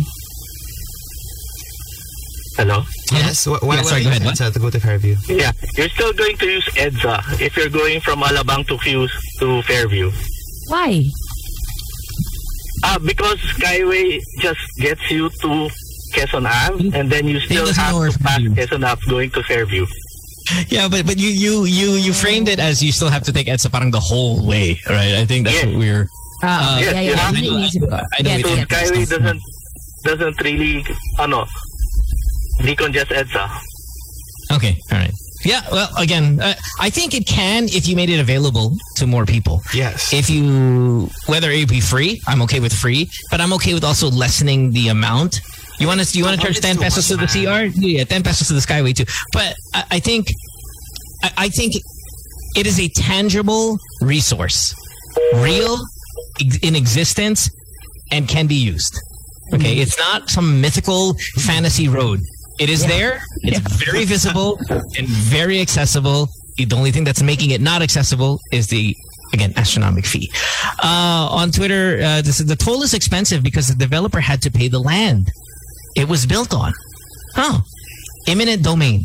[SPEAKER 7] Hello.
[SPEAKER 1] Yes, wh- why
[SPEAKER 3] Yeah, sorry,
[SPEAKER 1] would
[SPEAKER 3] go
[SPEAKER 1] I
[SPEAKER 3] ahead.
[SPEAKER 1] use EDSA to go to Fairview?
[SPEAKER 7] Yeah, you're still going to use EDSA if you're going from Alabang to Q to Fairview.
[SPEAKER 2] <laughs> Why?
[SPEAKER 7] Uh, because Skyway just gets you to Quezon Ave, and then you still
[SPEAKER 3] doesn't know where
[SPEAKER 7] have to pass
[SPEAKER 3] Fairview.
[SPEAKER 7] Quezon Ave going to Fairview.
[SPEAKER 3] Yeah, but but you you you you framed it as you still have to take Edsa parang the whole way, right? I think that's
[SPEAKER 7] Yeah.
[SPEAKER 3] what we're.
[SPEAKER 2] Ah,
[SPEAKER 7] Yes,
[SPEAKER 2] yeah,
[SPEAKER 7] you
[SPEAKER 2] yeah.
[SPEAKER 7] have
[SPEAKER 2] I
[SPEAKER 3] to.
[SPEAKER 2] didn't use it.
[SPEAKER 3] I know
[SPEAKER 2] Yes,
[SPEAKER 3] it
[SPEAKER 7] So
[SPEAKER 3] Yeah,
[SPEAKER 2] yes.
[SPEAKER 7] Skyway
[SPEAKER 3] that's not-
[SPEAKER 7] doesn't doesn't really ano decongest EDSA.
[SPEAKER 3] Okay, all right. Yeah, well, again, uh, I think it can if you made it available to more people.
[SPEAKER 1] Yes.
[SPEAKER 3] If you, whether it be free, I'm okay with free, but I'm okay with also lessening the amount. You want to, you want to
[SPEAKER 1] Well,
[SPEAKER 3] charge
[SPEAKER 1] Oh,
[SPEAKER 3] 10
[SPEAKER 1] it's too
[SPEAKER 3] pesos to
[SPEAKER 1] much,
[SPEAKER 3] the
[SPEAKER 1] man.
[SPEAKER 3] CR? Yeah, 10 pesos to the Skyway too. But I, I think, I, I think it is a tangible resource, real, ex- in existence, and can be used. Okay, it's not some mythical fantasy road. It is there. It's very visible and very accessible. The only thing that's making it not accessible is the again astronomic fee. Uh, on Twitter, uh, this is, the toll is expensive because the developer had to pay the land it was built on. Huh? Imminent Oh, domain.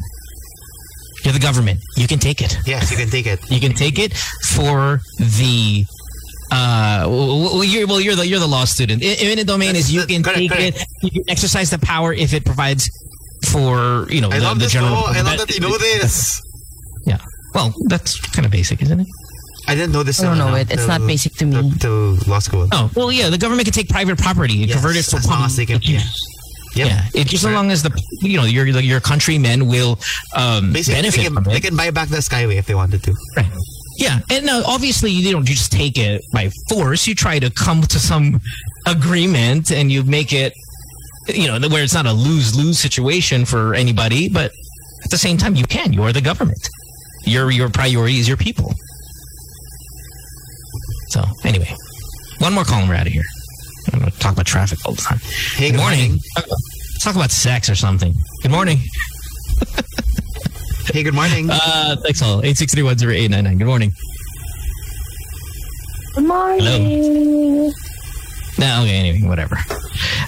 [SPEAKER 3] You're the government. You can take it
[SPEAKER 1] Yes, you can take it.
[SPEAKER 3] you can take it for the uh, well, you're, well, you're the you're the law student. I- Eminent domain is you
[SPEAKER 1] That's-
[SPEAKER 3] can
[SPEAKER 1] correct,
[SPEAKER 3] take
[SPEAKER 1] correct.
[SPEAKER 3] it, you can exercise the power if it provides for you know
[SPEAKER 1] I
[SPEAKER 3] the,
[SPEAKER 1] love
[SPEAKER 3] the
[SPEAKER 1] this.
[SPEAKER 3] general.
[SPEAKER 1] oh, I love that you know this.
[SPEAKER 3] Yeah. Well, that's kind of basic, isn't it?
[SPEAKER 1] I didn't know this.
[SPEAKER 2] I don't
[SPEAKER 1] till-
[SPEAKER 2] know it. It's not
[SPEAKER 1] till-
[SPEAKER 2] basic to
[SPEAKER 1] till-
[SPEAKER 2] me.
[SPEAKER 1] Till law school.
[SPEAKER 3] Oh, well, yeah. The government can take private property and
[SPEAKER 1] Yes,
[SPEAKER 3] convert it for
[SPEAKER 1] as long as they can-
[SPEAKER 3] public use.
[SPEAKER 1] Yep.
[SPEAKER 3] Yeah, it, just as long as the you know your your countrymen will um,
[SPEAKER 1] Basically, they
[SPEAKER 3] benefit
[SPEAKER 1] can,
[SPEAKER 3] from
[SPEAKER 1] they
[SPEAKER 3] it.
[SPEAKER 1] can buy back the Skyway if they wanted to.
[SPEAKER 3] Right. Yeah, and now obviously you don't just take it by force. You try to come to some agreement and you make it, you know, where it's not a lose lose situation for anybody. But at the same time, you can. You are the government. Your your priority is your people. So anyway, one more call and we're out of here. I'm gonna talk about traffic all the time.
[SPEAKER 1] Hey,
[SPEAKER 3] Good morning. Let's talk about sex or something. Good morning.
[SPEAKER 1] Hey, good morning.
[SPEAKER 3] Uh, thanks all. Eight six three one zero eight nine nine. Good morning.
[SPEAKER 2] Good morning.
[SPEAKER 3] No, okay, anyway, whatever. Uh,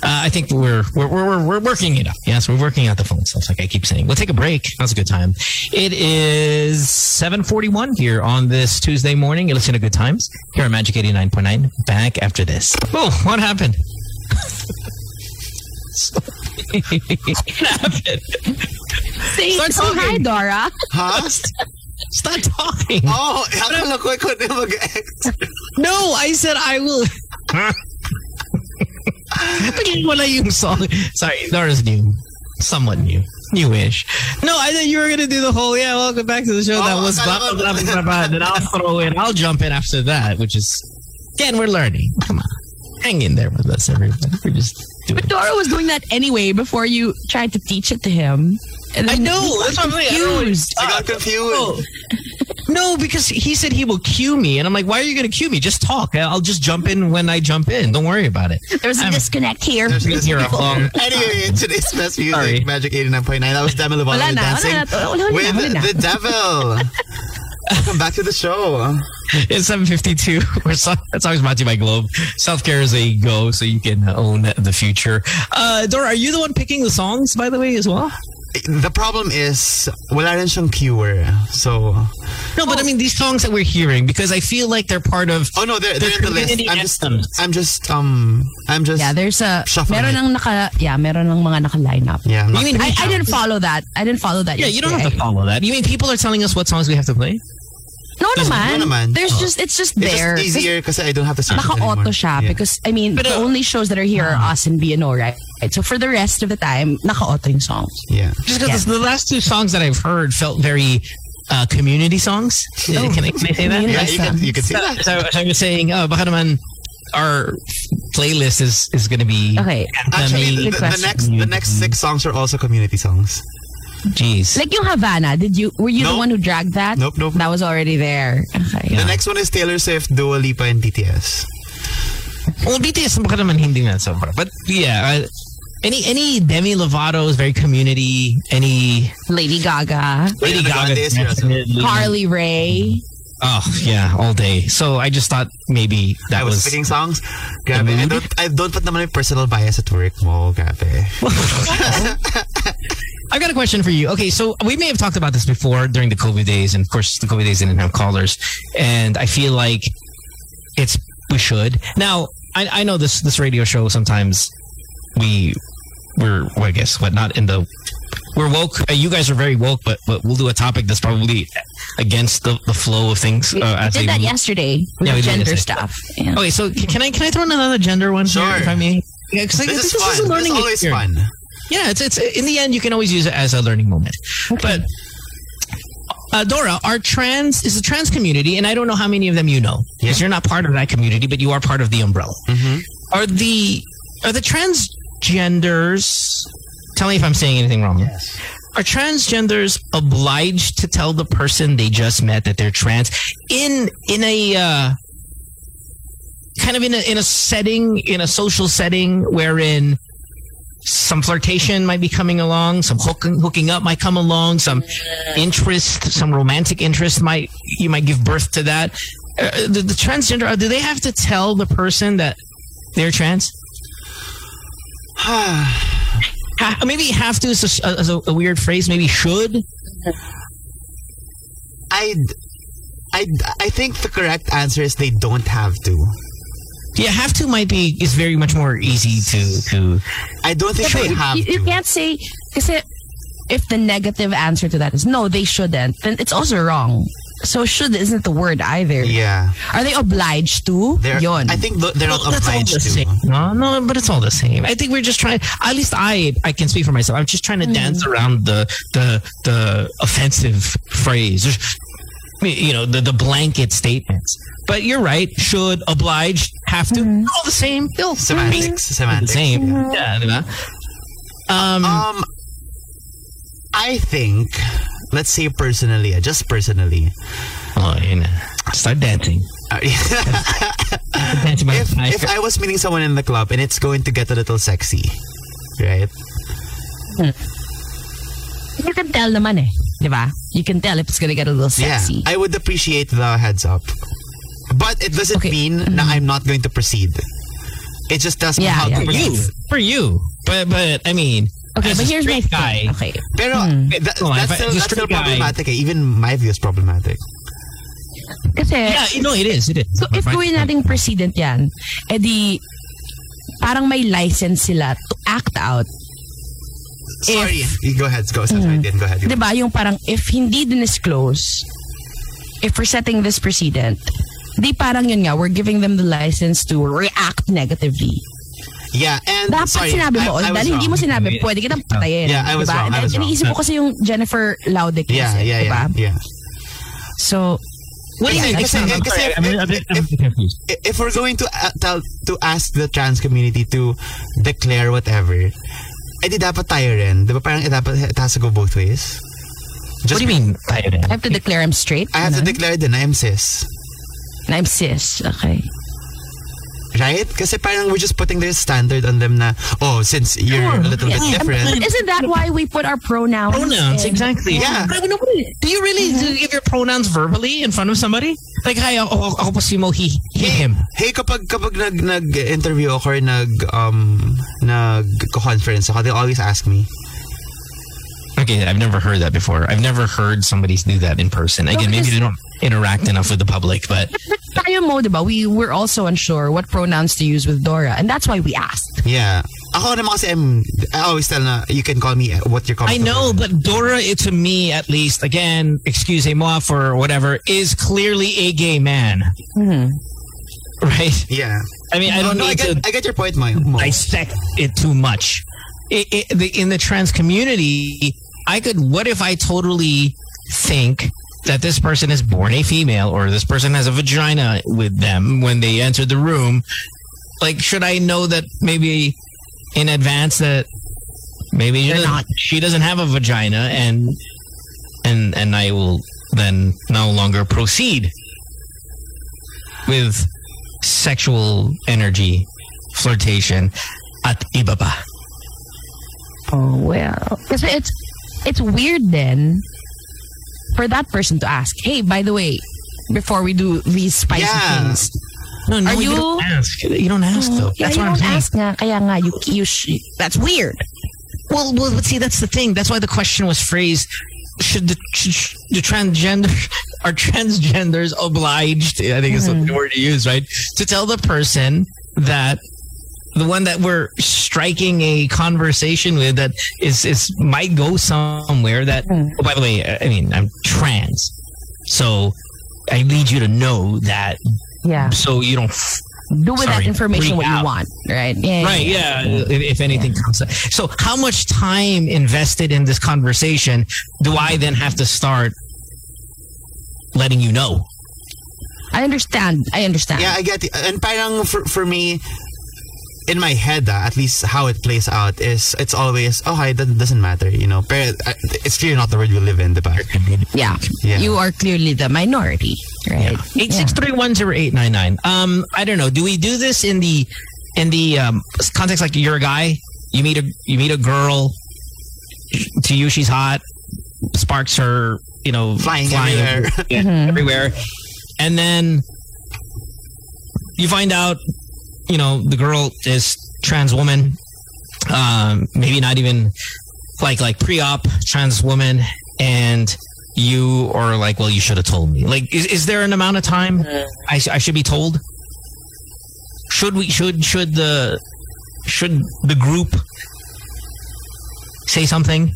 [SPEAKER 3] I think we're we're, we're we're we're working it out. Yes, we're working out the phone stuff, like I keep saying. We'll take a break. That's a good time. It is 7.41 here on this Tuesday morning. You're listening to Good Times here on Magic 89.9. Back after this. Oh, what happened? what happened?
[SPEAKER 2] Say,
[SPEAKER 3] Start
[SPEAKER 2] say hi,
[SPEAKER 3] talking.
[SPEAKER 2] Dora.
[SPEAKER 1] huh?
[SPEAKER 3] Stop talking.
[SPEAKER 1] Oh, akala ko ikaw na mag-ex.
[SPEAKER 3] No, I said I will. <laughs> Pagiging wala yung song. Sorry, Nora's new. Somewhat new. Newish. No, I thought you were gonna do the whole yeah, welcome back to the show. that
[SPEAKER 1] Oh,
[SPEAKER 3] was blah blah
[SPEAKER 1] akala ko-
[SPEAKER 3] blah blah blah. Then I'll throw in. I'll jump in after that, which is again we're learning. Come on. Hang in there with us, everybody. We're just doing
[SPEAKER 2] Dora was doing that anyway before you tried to teach it to him. And
[SPEAKER 3] I
[SPEAKER 2] then
[SPEAKER 3] know,
[SPEAKER 2] he
[SPEAKER 3] that's
[SPEAKER 2] got
[SPEAKER 3] what I'm saying, I don't really-
[SPEAKER 2] confused.
[SPEAKER 1] I got confused.
[SPEAKER 3] No, because he said he will cue me, and I'm like, why are you gonna cue me? Just talk. I'll just jump in when I jump in. Don't worry about it.
[SPEAKER 2] There's a
[SPEAKER 3] I'm-
[SPEAKER 2] disconnect here.
[SPEAKER 1] There's a
[SPEAKER 3] Been here a long
[SPEAKER 1] <laughs> Anyway, today's best music,
[SPEAKER 3] Sorry.
[SPEAKER 1] Magic 89.9. That was Demi Lovato
[SPEAKER 2] Wala
[SPEAKER 1] with
[SPEAKER 2] na, wala
[SPEAKER 1] dancing
[SPEAKER 2] na to. Wala na,
[SPEAKER 1] with
[SPEAKER 2] wala na.
[SPEAKER 1] the devil. Welcome back to the show.
[SPEAKER 3] It's 752. We're so, that's always brought to you by Globe. Self care is a go, so you can own the future. Uh, Dora, are you the one picking the songs, by the way, as well?
[SPEAKER 1] The problem is, wala rin siyang cure. So,
[SPEAKER 3] No, but I mean, these songs that we're hearing, because I feel like they're part of.
[SPEAKER 1] oh no, they're, they're in the list.
[SPEAKER 3] community
[SPEAKER 1] I'm just,
[SPEAKER 3] anthems.
[SPEAKER 1] I'm just, um, I'm just,
[SPEAKER 2] Yeah, there's a
[SPEAKER 1] Shuffle
[SPEAKER 2] meron
[SPEAKER 1] it.
[SPEAKER 2] ng naka yeah, meron ng mga naka-line up.
[SPEAKER 1] yeah, I'm
[SPEAKER 3] You
[SPEAKER 1] not-
[SPEAKER 3] mean,
[SPEAKER 2] I, I didn't follow that. I didn't follow that.
[SPEAKER 3] Yeah, you don't have
[SPEAKER 2] yesterday.
[SPEAKER 3] to follow that. You mean people are telling us what songs we have to play?
[SPEAKER 2] No
[SPEAKER 3] Doesn't-
[SPEAKER 2] naman.
[SPEAKER 1] no naman.
[SPEAKER 2] There's
[SPEAKER 1] Oh.
[SPEAKER 2] just it's just
[SPEAKER 1] it's
[SPEAKER 2] there.
[SPEAKER 1] just easier kasi I don't have to search it
[SPEAKER 2] Naka-auto
[SPEAKER 1] anymore.
[SPEAKER 2] siya
[SPEAKER 1] Yeah. Uh-huh.
[SPEAKER 2] because I mean
[SPEAKER 3] Pero-
[SPEAKER 2] the only shows that are here are us and BNO, right? right? So for the rest of the time, naka-auto yung songs.
[SPEAKER 1] yeah.
[SPEAKER 3] Just because
[SPEAKER 2] Yeah.
[SPEAKER 3] the last two songs that I've heard felt very uh, community songs. Can, I, can I say that?
[SPEAKER 2] community
[SPEAKER 1] Oh. Yeah, you can, you can see
[SPEAKER 3] So,
[SPEAKER 1] that.
[SPEAKER 3] so I'm just saying, oh, baka naman our playlist is, is going to be.
[SPEAKER 2] Okay.
[SPEAKER 1] Actually,
[SPEAKER 3] Anthemic.
[SPEAKER 1] the, the, the next, the next six songs are also community songs.
[SPEAKER 3] Jeez.
[SPEAKER 2] Like yung Havana, did you were you the
[SPEAKER 1] Nope.
[SPEAKER 2] one who dragged that?
[SPEAKER 1] Nope, nope.
[SPEAKER 2] That was already there. Okay.
[SPEAKER 1] The next one is Taylor Swift, Dua Lipa, and BTS.
[SPEAKER 3] Well, BTS baka naman hindi na sobra. But yeah, uh, any any Demi Lovato is very community. Any
[SPEAKER 2] Lady Gaga,
[SPEAKER 3] Lady
[SPEAKER 1] Ariana
[SPEAKER 3] Gaga
[SPEAKER 1] Grande is here as well.
[SPEAKER 2] Carly Rae.
[SPEAKER 3] Oh yeah, all day. So I just thought maybe that
[SPEAKER 1] I
[SPEAKER 3] was.
[SPEAKER 1] was, picking songs. Grabe, I
[SPEAKER 3] mood?
[SPEAKER 1] don't, I don't put naman yung personal bias at work mo. Grabe.
[SPEAKER 3] I've got a question for you. Okay, so we may have talked about this before during the COVID days, and of course the COVID days didn't have callers, and I feel like it's we should now. I, I know this this radio show sometimes we we're well, I guess what not in the we're woke. Uh, you guys are very woke, but but we'll do a topic that's probably against the, the flow of things.
[SPEAKER 2] We,
[SPEAKER 3] uh,
[SPEAKER 2] we
[SPEAKER 3] as
[SPEAKER 2] did
[SPEAKER 3] they
[SPEAKER 2] that
[SPEAKER 3] move.
[SPEAKER 2] yesterday with
[SPEAKER 3] Yeah, we
[SPEAKER 2] the
[SPEAKER 3] did
[SPEAKER 2] gender
[SPEAKER 3] yesterday.
[SPEAKER 2] stuff. Yeah.
[SPEAKER 3] Okay, so c- can I can I throw in another gender one
[SPEAKER 1] Sure.
[SPEAKER 3] here, if I may? Yeah, 'cause I-
[SPEAKER 1] This is
[SPEAKER 3] this
[SPEAKER 1] fun.
[SPEAKER 3] a
[SPEAKER 1] This
[SPEAKER 3] learning
[SPEAKER 1] is always
[SPEAKER 3] experience.
[SPEAKER 1] fun.
[SPEAKER 3] Yeah, it's it's in the end you can always use it as a learning moment. But uh, Dora, our trans is a trans community, and I don't know how many of them you know because
[SPEAKER 1] Yeah.
[SPEAKER 3] you're not part of that community, but you are part of the umbrella.
[SPEAKER 1] Mhm.
[SPEAKER 3] Are the are the transgenders? Tell me if I'm saying anything wrong. Yes. Are transgenders obliged to tell the person they just met that they're trans in in a uh, kind of in a in a setting in a social setting wherein some flirtation might be coming along, some hooking, hooking up might come along, some interest, some romantic interest might you might give birth to that. Uh, the, the transgender, uh, do they have to tell the person that they're trans? <sighs> Ha- maybe have to is a, is a, a weird phrase. Maybe should.
[SPEAKER 1] I I, I think the correct answer is they don't have to.
[SPEAKER 3] Yeah, have to might be is very much more easy to to.
[SPEAKER 1] I don't think
[SPEAKER 2] But
[SPEAKER 1] they
[SPEAKER 2] you-
[SPEAKER 1] have
[SPEAKER 2] you, you
[SPEAKER 1] to.
[SPEAKER 2] can't say, kasi if the negative answer to that is no, they shouldn't, then it's also wrong. So should isn't the word either.
[SPEAKER 1] Yeah.
[SPEAKER 2] Are they obliged to?
[SPEAKER 1] They're,
[SPEAKER 2] Yon.
[SPEAKER 1] I think th- they're not
[SPEAKER 3] Well,
[SPEAKER 1] obliged
[SPEAKER 3] that's all the Same.
[SPEAKER 1] to.
[SPEAKER 3] No, no, but it's all the same. I think we're just trying. At least I, I can speak for myself. I'm just
[SPEAKER 2] Mm-hmm.
[SPEAKER 3] trying to dance around the the the offensive phrase. There's- You know, the the blanket statements. But you're right. Should oblige have to
[SPEAKER 2] Mm-hmm.
[SPEAKER 3] all the same. Still
[SPEAKER 1] Semantics.
[SPEAKER 3] the
[SPEAKER 1] Semantics.
[SPEAKER 3] same. Yeah, di ba? Um,
[SPEAKER 1] Um, I think, let's say personally, ah, just personally.
[SPEAKER 3] oh, yun na. Start dancing.
[SPEAKER 1] Uh, <laughs>
[SPEAKER 3] Dancing by
[SPEAKER 1] if,
[SPEAKER 3] the fire.
[SPEAKER 1] if I was meeting someone in the club and it's going to get a little sexy, right?
[SPEAKER 2] Hmm. you can tell naman eh. Di ba? You can tell if it's gonna get a
[SPEAKER 3] Oh,
[SPEAKER 2] little sexy.
[SPEAKER 1] Yeah, I would appreciate the heads up. But it doesn't
[SPEAKER 2] Okay.
[SPEAKER 1] mean that I'm not going to proceed. It just doesn't
[SPEAKER 2] Yeah,
[SPEAKER 1] how
[SPEAKER 2] yeah,
[SPEAKER 1] to
[SPEAKER 3] for
[SPEAKER 1] proceed.
[SPEAKER 3] you, for you. But but I mean,
[SPEAKER 2] okay,
[SPEAKER 3] as
[SPEAKER 2] but
[SPEAKER 3] a
[SPEAKER 2] here's my
[SPEAKER 3] straight guy.
[SPEAKER 2] thing. Okay. Mm.
[SPEAKER 1] Pero eh, that,
[SPEAKER 3] Come on,
[SPEAKER 1] that's
[SPEAKER 3] if I- the
[SPEAKER 1] still, that's
[SPEAKER 3] straight
[SPEAKER 1] still
[SPEAKER 3] guy-
[SPEAKER 1] problematic. eh. Even my view is problematic.
[SPEAKER 2] Kasi,
[SPEAKER 3] Yeah, you know it is. It is.
[SPEAKER 2] So if
[SPEAKER 3] Right?
[SPEAKER 2] gawin nating president yan, edi parang may license sila to act out.
[SPEAKER 1] Sorry. Go ahead. Go. Sorry, Din, go ahead.
[SPEAKER 2] Di Mm. ba? Yung parang if hindi dinisclose, if we're setting this precedent, di parang yun nga, we're giving them the license to react negatively.
[SPEAKER 1] Yeah, and
[SPEAKER 2] Dapat
[SPEAKER 1] sorry,
[SPEAKER 2] sinabi mo,
[SPEAKER 1] I, I
[SPEAKER 2] all,
[SPEAKER 1] was
[SPEAKER 2] dahil hindi mo
[SPEAKER 1] wrong.
[SPEAKER 2] sinabi, pwede kitang patayin.
[SPEAKER 1] Yeah, I was
[SPEAKER 2] diba?
[SPEAKER 1] wrong, I
[SPEAKER 2] Dahil
[SPEAKER 1] was wrong.
[SPEAKER 2] iniisip ko kasi yung Jennifer Laude case,
[SPEAKER 1] Yeah,
[SPEAKER 2] eh,
[SPEAKER 1] yeah,
[SPEAKER 2] diba?
[SPEAKER 1] yeah, yeah.
[SPEAKER 2] So,
[SPEAKER 3] What do you think?
[SPEAKER 1] Yeah, kasi-
[SPEAKER 3] Listen, I'm
[SPEAKER 1] kasi
[SPEAKER 3] sorry,
[SPEAKER 1] if-
[SPEAKER 3] I'm a bit- I'm a bit confused.
[SPEAKER 1] I- If we're going to uh, tell to ask the trans community to declare whatever, eh di dapat tayo rin. Di ba parang eh, dapat it has to go both ways?
[SPEAKER 3] What do you mean, tayo rin?
[SPEAKER 2] I have to declare I'm straight.
[SPEAKER 1] I have to
[SPEAKER 2] ganun?
[SPEAKER 1] declare din na I'm cis.
[SPEAKER 2] And I'm cis. Okay.
[SPEAKER 1] Right? Kasi parang we're just putting their standard on them na, oh, since you're a little bit
[SPEAKER 2] Yeah. But
[SPEAKER 1] different.
[SPEAKER 2] isn't that why we put our pronouns?
[SPEAKER 3] Pronouns,
[SPEAKER 2] in?
[SPEAKER 3] exactly.
[SPEAKER 1] Yeah.
[SPEAKER 3] But nobody- do you really do you give your pronouns verbally in front of somebody? Like, hi, ako, ako po si Mo, he, he, him.
[SPEAKER 1] Hey, kapag, kapag nag, nag-interview ako or nag, um, nag-conference ako, they always ask me.
[SPEAKER 3] Okay, I've never heard that before. I've never heard somebody do that in person. Again, maybe
[SPEAKER 2] because-
[SPEAKER 3] they don't interact enough with the public, but
[SPEAKER 2] Tayo mo, diba? We were also unsure what pronouns to use with Dora. And that's why we asked.
[SPEAKER 1] Yeah. Ako naman kasi I'm, I always tell na, you can call me what you're
[SPEAKER 3] I
[SPEAKER 1] comfortable
[SPEAKER 3] know,
[SPEAKER 1] with.
[SPEAKER 3] but Dora, it, to me at least, again, excuse moi for whatever, is clearly a gay man, right?
[SPEAKER 1] Yeah.
[SPEAKER 3] I mean, I don't
[SPEAKER 1] no, I
[SPEAKER 3] need
[SPEAKER 1] get,
[SPEAKER 3] to
[SPEAKER 1] I get your point, Mo. Mo.
[SPEAKER 3] dissect it too much. I i the, in the trans community, I could. What if I totally think that this person is born a female or this person has a vagina with them when they entered the room? Like, should I know that maybe in advance that maybe she doesn't, she doesn't have a vagina and and and I will then no longer proceed with sexual energy flirtation at iba pa.
[SPEAKER 2] Oh, well. Kasi it's, it's weird then for that person to ask, hey, by the way, before we do these spicy
[SPEAKER 1] Yeah.
[SPEAKER 2] things.
[SPEAKER 3] No, no,
[SPEAKER 2] Are you- Oh,
[SPEAKER 3] don't ask. You don't ask though.
[SPEAKER 2] Yeah,
[SPEAKER 3] That's
[SPEAKER 2] you
[SPEAKER 3] what I'm
[SPEAKER 2] don't
[SPEAKER 3] saying.
[SPEAKER 2] ask nga. Kaya nga, you, you sh- that's weird.
[SPEAKER 3] Well, well, but see, that's the thing. That's why the question was phrased: Should the, should, should the transgender <laughs> are transgenders obliged? I think is
[SPEAKER 2] Mm-hmm.
[SPEAKER 3] the word you use, right? To tell the person that the one that we're striking a conversation with that is is might go somewhere. That
[SPEAKER 2] Mm-hmm.
[SPEAKER 3] oh, by the way, I I mean I'm trans, so I need you to know that,
[SPEAKER 2] Yeah.
[SPEAKER 3] so you don't
[SPEAKER 2] Do with
[SPEAKER 3] Sorry,
[SPEAKER 2] that information
[SPEAKER 3] freak
[SPEAKER 2] what
[SPEAKER 3] out.
[SPEAKER 2] you want, right? Yeah,
[SPEAKER 3] Right. Yeah. If, if anything comes up. So, how much time invested in this conversation do I then have to start letting you know?
[SPEAKER 2] I understand. I understand.
[SPEAKER 1] Yeah, I get it. And parang for, for me, in my head, ah, at least how it plays out is it's always, oh, hi, that doesn't matter, you know. Pero uh, it's clearly not the world we live in, diba?
[SPEAKER 2] Yeah.
[SPEAKER 1] Yeah.
[SPEAKER 2] You are clearly the minority, right?
[SPEAKER 3] Eight six three one zero eight nine nine. Um, I don't know. Do we do this in the in the um, context like you're a guy, you meet a you meet a girl, to you she's hot, sparks her, you know,
[SPEAKER 1] Flying everywhere.
[SPEAKER 3] Yeah,
[SPEAKER 2] Mm-hmm.
[SPEAKER 3] everywhere, and then you find out, you know, the girl is trans woman, um, maybe not even like like pre op trans woman, and you are like, well, you should have told me? Like, is, is there an amount of time I, sh- I should be told? Should we? Should should the should the group say something?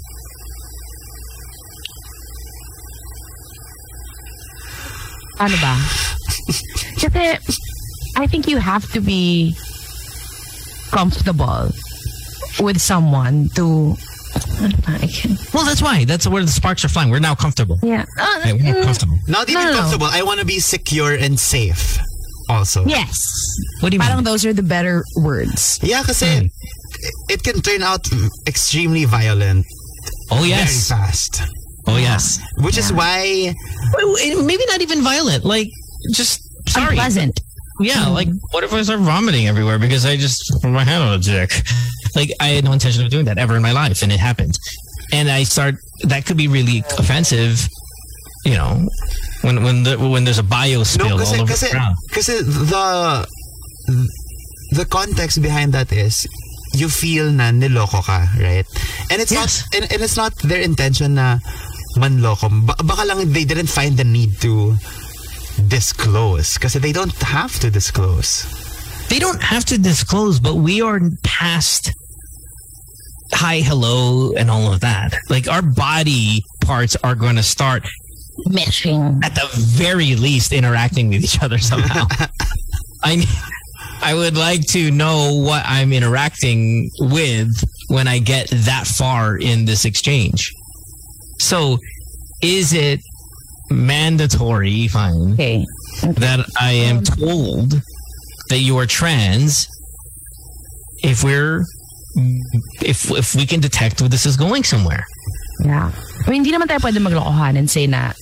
[SPEAKER 2] Paano
[SPEAKER 3] <laughs>
[SPEAKER 2] ba? Kasi, I think you have to be comfortable with someone to... Ano ba? I can't-
[SPEAKER 3] Well, that's why. That's where the sparks are flying. We're now comfortable. Oh,
[SPEAKER 2] Yeah. Ah,
[SPEAKER 3] Right, we're now
[SPEAKER 2] mm,
[SPEAKER 3] comfortable.
[SPEAKER 1] Not even
[SPEAKER 2] No, no, no.
[SPEAKER 1] comfortable. I want to be secure and safe. Also.
[SPEAKER 2] Yes.
[SPEAKER 3] What do you
[SPEAKER 6] Parang
[SPEAKER 3] mean?
[SPEAKER 6] those are the better words.
[SPEAKER 1] Yeah,
[SPEAKER 2] Hmm.
[SPEAKER 1] kasi it can turn out extremely violent
[SPEAKER 3] Oh yes.
[SPEAKER 1] very fast.
[SPEAKER 3] Oh yes.
[SPEAKER 1] Which is why
[SPEAKER 3] Well, it- Maybe not even violent. Like just sorry.
[SPEAKER 6] Unpleasant.
[SPEAKER 3] Yeah, like what if I start vomiting everywhere because I just put my hand on a dick? <laughs> Like I had no intention of doing that ever in my life, and it happened. And I start that could be really offensive, you know, when when the, when there's a bio spill
[SPEAKER 1] no,
[SPEAKER 3] all
[SPEAKER 1] kasi,
[SPEAKER 3] over
[SPEAKER 1] kasi,
[SPEAKER 3] the ground.
[SPEAKER 1] kasi the the context behind that is you feel na niloko ka, right? And it's
[SPEAKER 3] Yes.
[SPEAKER 1] not and, and it's not their intention na manloko. Ba- baka lang they didn't find the need to disclose kasi they don't have to disclose.
[SPEAKER 3] They don't have to disclose, but we are past hi, hello, and all of that. Like our body parts are going to start
[SPEAKER 2] Meshing.
[SPEAKER 3] at the very least interacting with each other
[SPEAKER 2] <laughs>
[SPEAKER 3] somehow. I I would like to know what I'm interacting with when I get that far in this exchange. So, is it mandatory fine
[SPEAKER 2] Okay. Um,
[SPEAKER 3] that I am told that you are trans if we're if if we can detect where this is going somewhere?
[SPEAKER 2] Yeah. I mean, hindi naman tayo pwede maglokohan and say na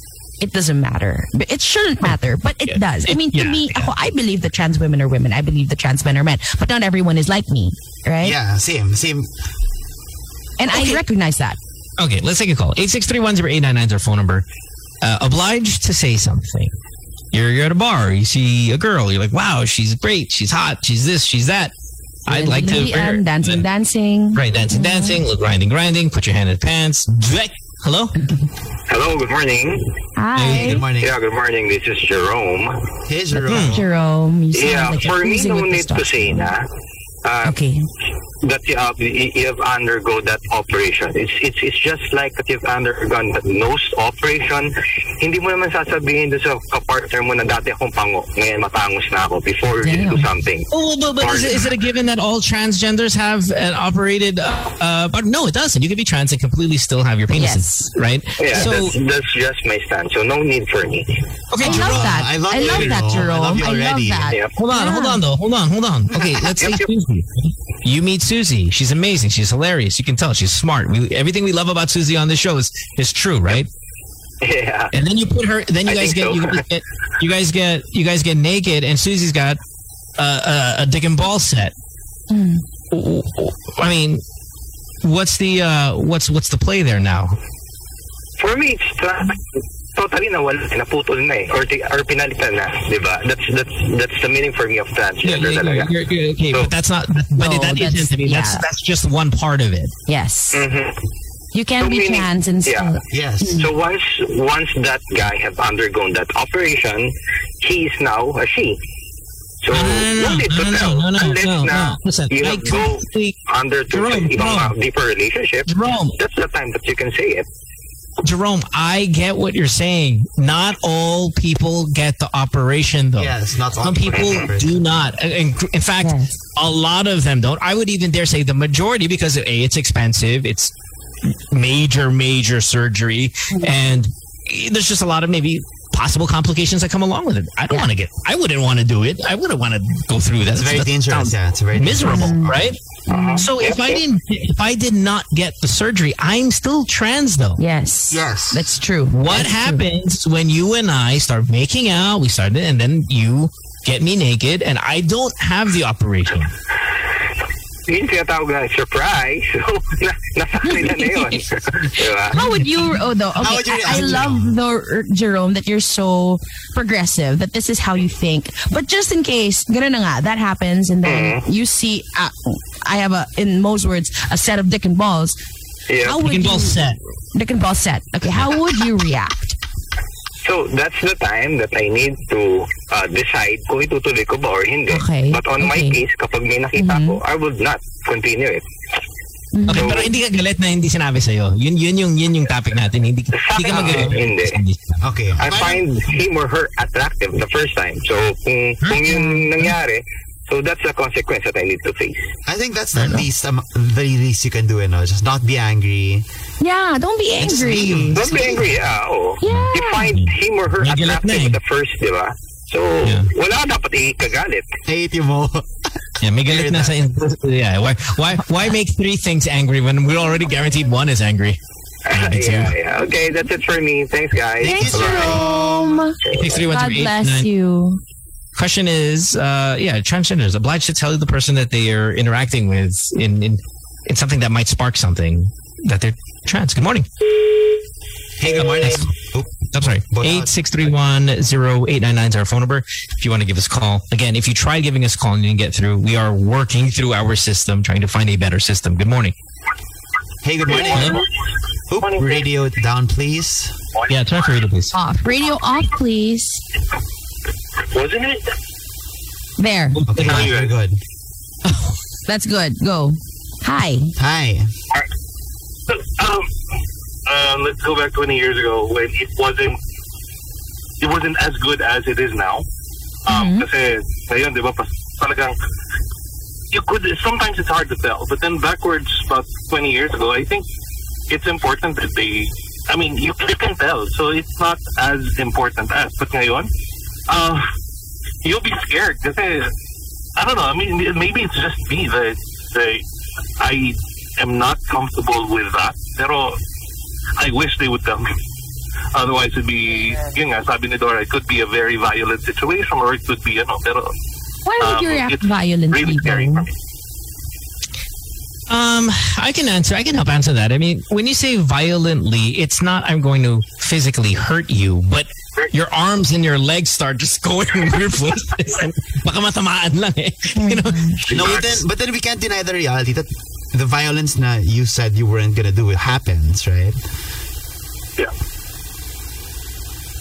[SPEAKER 2] it doesn't matter. But It shouldn't matter, but it does. I mean, to
[SPEAKER 3] Yeah,
[SPEAKER 2] me, ako, I believe that trans women are women. I believe that trans men are men. But not everyone is like me, right?
[SPEAKER 1] Yeah, same, same.
[SPEAKER 2] And I recognize that.
[SPEAKER 3] Okay, let's take a call. 863-10899 is our phone number. Uh, obliged to say something. You're, you're at a bar. You see a girl. You're like, wow, she's great. She's hot. She's this. She's that. I'd like to. bring her-
[SPEAKER 2] Lilian, dancing, dancing.
[SPEAKER 3] Right, dancing, dancing. Look, grinding, grinding. Put your hand in pants. Drek. Hello?
[SPEAKER 4] Hello, good morning.
[SPEAKER 1] Good
[SPEAKER 2] Hi.
[SPEAKER 1] morning.
[SPEAKER 4] Yeah, good morning. This is Jerome.
[SPEAKER 1] Hey,
[SPEAKER 4] Hmm.
[SPEAKER 1] Jerome.
[SPEAKER 2] Jerome, you sound
[SPEAKER 4] Yeah,
[SPEAKER 2] like you're
[SPEAKER 4] for me,
[SPEAKER 2] cruising
[SPEAKER 4] no
[SPEAKER 2] with
[SPEAKER 4] need
[SPEAKER 2] testosterone.
[SPEAKER 4] to say na. Uh,
[SPEAKER 2] Okay.
[SPEAKER 4] that you have, you you have undergone that operation. It's, it's, it's just like that you've undergone that nose operation. Hindi mo naman sasabihin doon sa kapartner mo na dati akong pango, ngayon matangos na ako before you do something.
[SPEAKER 3] Oh, but, but is, it, is it a given that all transgenders have an operated? Uh, uh, but no, it doesn't. You can be trans and completely still have your penis,
[SPEAKER 2] Yes.
[SPEAKER 3] right?
[SPEAKER 4] Yeah,
[SPEAKER 3] so,
[SPEAKER 4] that's, that's just my stance. So no need for me.
[SPEAKER 3] okay,
[SPEAKER 2] I
[SPEAKER 3] Jerome.
[SPEAKER 2] love that.
[SPEAKER 1] I love
[SPEAKER 2] I
[SPEAKER 1] you,
[SPEAKER 2] love that,
[SPEAKER 1] Jerome. I
[SPEAKER 2] Jerome.
[SPEAKER 1] love you already.
[SPEAKER 2] that.
[SPEAKER 4] Yep.
[SPEAKER 3] Hold on, hold on though. Hold on, hold on.
[SPEAKER 2] <laughs>
[SPEAKER 3] Okay, let's say Susie. You meet Susie. She's amazing. She's hilarious. You can tell she's smart. We, everything we love about Susie on this show is is true, right?
[SPEAKER 4] Yeah.
[SPEAKER 3] And then you put her. Then you
[SPEAKER 4] I
[SPEAKER 3] guys
[SPEAKER 4] think
[SPEAKER 3] get,
[SPEAKER 4] so.
[SPEAKER 3] you guys get you guys get you guys get naked, and Susie's got uh, a, a dick and ball set.
[SPEAKER 2] Hmm.
[SPEAKER 3] I mean, what's the uh, what's what's the play there now?
[SPEAKER 4] For me, it's tra- totally nawala, naputol na eh. Or, ti- or pinalitan na, di ba? That's, that's, that's the meaning for me of transgender talaga.
[SPEAKER 3] you're- you're- okay,
[SPEAKER 4] So-
[SPEAKER 3] but that's not. But
[SPEAKER 2] No,
[SPEAKER 3] that
[SPEAKER 2] that's-
[SPEAKER 3] isn't. I mean, that's
[SPEAKER 2] yeah.
[SPEAKER 3] that's just one part of it.
[SPEAKER 2] Yes.
[SPEAKER 4] Mhm.
[SPEAKER 2] You can
[SPEAKER 4] So
[SPEAKER 2] be
[SPEAKER 4] meaning-
[SPEAKER 2] trans and still.
[SPEAKER 4] yeah.
[SPEAKER 1] Yes.
[SPEAKER 4] So once once that guy have undergone that operation, he is now a she. So
[SPEAKER 2] Ah,
[SPEAKER 4] no need to tell
[SPEAKER 3] no, no, no,
[SPEAKER 4] unless
[SPEAKER 3] no,
[SPEAKER 4] na
[SPEAKER 3] no. Listen,
[SPEAKER 4] you
[SPEAKER 3] I
[SPEAKER 4] have go
[SPEAKER 3] completely,
[SPEAKER 4] under to
[SPEAKER 3] Jerome,
[SPEAKER 4] ibang
[SPEAKER 3] Jerome.
[SPEAKER 4] uh, deeper relationship.
[SPEAKER 3] Jerome,
[SPEAKER 4] That's the time that you can say it.
[SPEAKER 3] Jerome, I get what you're saying. Not all people get the operation, though.
[SPEAKER 1] Yes, not all
[SPEAKER 3] Some people
[SPEAKER 1] people.
[SPEAKER 3] do not. Uh, In, in fact,
[SPEAKER 2] Yes.
[SPEAKER 3] a lot of them don't. I would even dare say the majority because a it's expensive, it's major, major surgery, and eh, there's just a lot of maybe possible complications that come along with it. I don't want to get. I wouldn't want to do it. I wouldn't want to go through that.
[SPEAKER 1] It's very
[SPEAKER 3] That sounds-
[SPEAKER 1] dangerous. Yeah, it's very
[SPEAKER 3] miserable,
[SPEAKER 1] dangerous.
[SPEAKER 3] right?
[SPEAKER 2] Mm-hmm.
[SPEAKER 3] So if I didn't, if I did not get the surgery, I'm still trans though.
[SPEAKER 2] Yes.
[SPEAKER 1] Yes.
[SPEAKER 2] That's true.
[SPEAKER 3] What happens when you and I start making out? We started, and then you get me naked, and I don't have the operation.
[SPEAKER 2] Mm-hmm.
[SPEAKER 4] Yun tinatawag na surprise. <laughs> So na, nasa kanila na
[SPEAKER 2] <laughs>
[SPEAKER 4] yun. diba?
[SPEAKER 2] How would you, oh, though, okay,
[SPEAKER 1] would you
[SPEAKER 2] I, I
[SPEAKER 1] react,
[SPEAKER 2] love, though, er, Jerome, that you're so progressive, that this is how you think. But just in case, ganun na nga, that happens, and then
[SPEAKER 4] Mm-hmm.
[SPEAKER 2] you see, uh, I have a, in most words, a set of dick and balls.
[SPEAKER 4] Yeah.
[SPEAKER 2] How would
[SPEAKER 3] We can both
[SPEAKER 2] you,
[SPEAKER 3] set. <laughs>
[SPEAKER 2] dick and ball set. Okay, how would you react?
[SPEAKER 4] So, that's the time that I need to uh, decide kung itutuloy ko ba or hindi.
[SPEAKER 6] Okay,
[SPEAKER 4] But on my
[SPEAKER 6] okay.
[SPEAKER 4] case, kapag may nakita
[SPEAKER 2] Mm-hmm.
[SPEAKER 4] ko, I would not continue it.
[SPEAKER 3] Okay, pero hindi ka galit na hindi sinabi sa'yo. Yun, yun, yung, yun yung topic natin. Hindi, hindi ka
[SPEAKER 4] akin,
[SPEAKER 3] magalit.
[SPEAKER 4] hindi.
[SPEAKER 1] Okay.
[SPEAKER 4] I find him or her attractive the first time. So, kung, kung yun nangyari, so that's the consequence that I need to face.
[SPEAKER 1] I think that's the least, um, the least you can do, you know? Just not be angry.
[SPEAKER 2] Yeah, don't be
[SPEAKER 1] Just
[SPEAKER 2] angry.
[SPEAKER 1] leave.
[SPEAKER 4] Don't be angry, ah, oo.
[SPEAKER 2] Yeah.
[SPEAKER 4] You find him or her
[SPEAKER 3] Nagilat na
[SPEAKER 4] attractive
[SPEAKER 3] eh.
[SPEAKER 4] the first, di ba? So,
[SPEAKER 3] Yeah.
[SPEAKER 4] wala ka dapat ikagalit.
[SPEAKER 1] Hate you mo.
[SPEAKER 3] Yeah, may galit na sa... Yeah, why, why, why make three things angry when we're already guaranteed one is angry? Maybe two.
[SPEAKER 4] yeah, yeah. Okay, that's it for me. Thanks, guys.
[SPEAKER 2] Thanks,
[SPEAKER 4] Bye-bye.
[SPEAKER 2] Jerome.
[SPEAKER 3] Six, three, one,
[SPEAKER 2] God
[SPEAKER 3] two, eight,
[SPEAKER 2] bless
[SPEAKER 3] nine.
[SPEAKER 2] you.
[SPEAKER 3] Question is, uh, yeah, transgenders obliged to tell the person that they are interacting with in, in, in something that might spark something that they're trans. Good morning. Hey, good morning. I'm sorry.
[SPEAKER 1] But-
[SPEAKER 3] Eight six three one zero eight nine nine is our phone number. If you want to give us a call, again, if you try giving us a call and you didn't get through, we are working through our system, trying to find a better system. Good morning.
[SPEAKER 1] Hey, good morning.
[SPEAKER 3] Hello?
[SPEAKER 1] Oop, radio down, please.
[SPEAKER 3] Yeah, turn off your radio, please.
[SPEAKER 6] Off.
[SPEAKER 3] <laughs>
[SPEAKER 6] Radio off, please.
[SPEAKER 4] Wasn't it?
[SPEAKER 6] There.
[SPEAKER 1] Okay,
[SPEAKER 3] Good
[SPEAKER 1] very good.
[SPEAKER 6] That's good. Go. Hi.
[SPEAKER 1] Hi.
[SPEAKER 8] um, um, let's go back 20 years ago when it wasn't it wasn't as good as it is now. Um, Kasi ngayon, di ba, pas, talagang you could, sometimes it's hard to tell. But then backwards, about 20 years ago, I think it's important that they, I mean, you, you can tell. So it's not as important as. But ngayon, uh, you'll be scared kasi, I don't know, I mean, maybe it's just me that, that I am not comfortable with that. Pero I wish they would tell me. Otherwise, it'd be, yun nga, sabi ni Dora, it could be a very violent situation or it could be, you know, pero
[SPEAKER 6] Why would you
[SPEAKER 8] Um,
[SPEAKER 6] react
[SPEAKER 8] it's
[SPEAKER 6] violently?
[SPEAKER 8] really scary for
[SPEAKER 6] though?
[SPEAKER 8] me.
[SPEAKER 3] Um, I can answer. I can help answer that. I mean, when you say violently, it's not I'm going to physically hurt you, but your arms and your legs start just <laughs> going weird places. And baka matamaan lang eh. <laughs> You know,
[SPEAKER 1] No, but then, but then we can't deny the reality that the violence na you said you weren't gonna do it happens, right?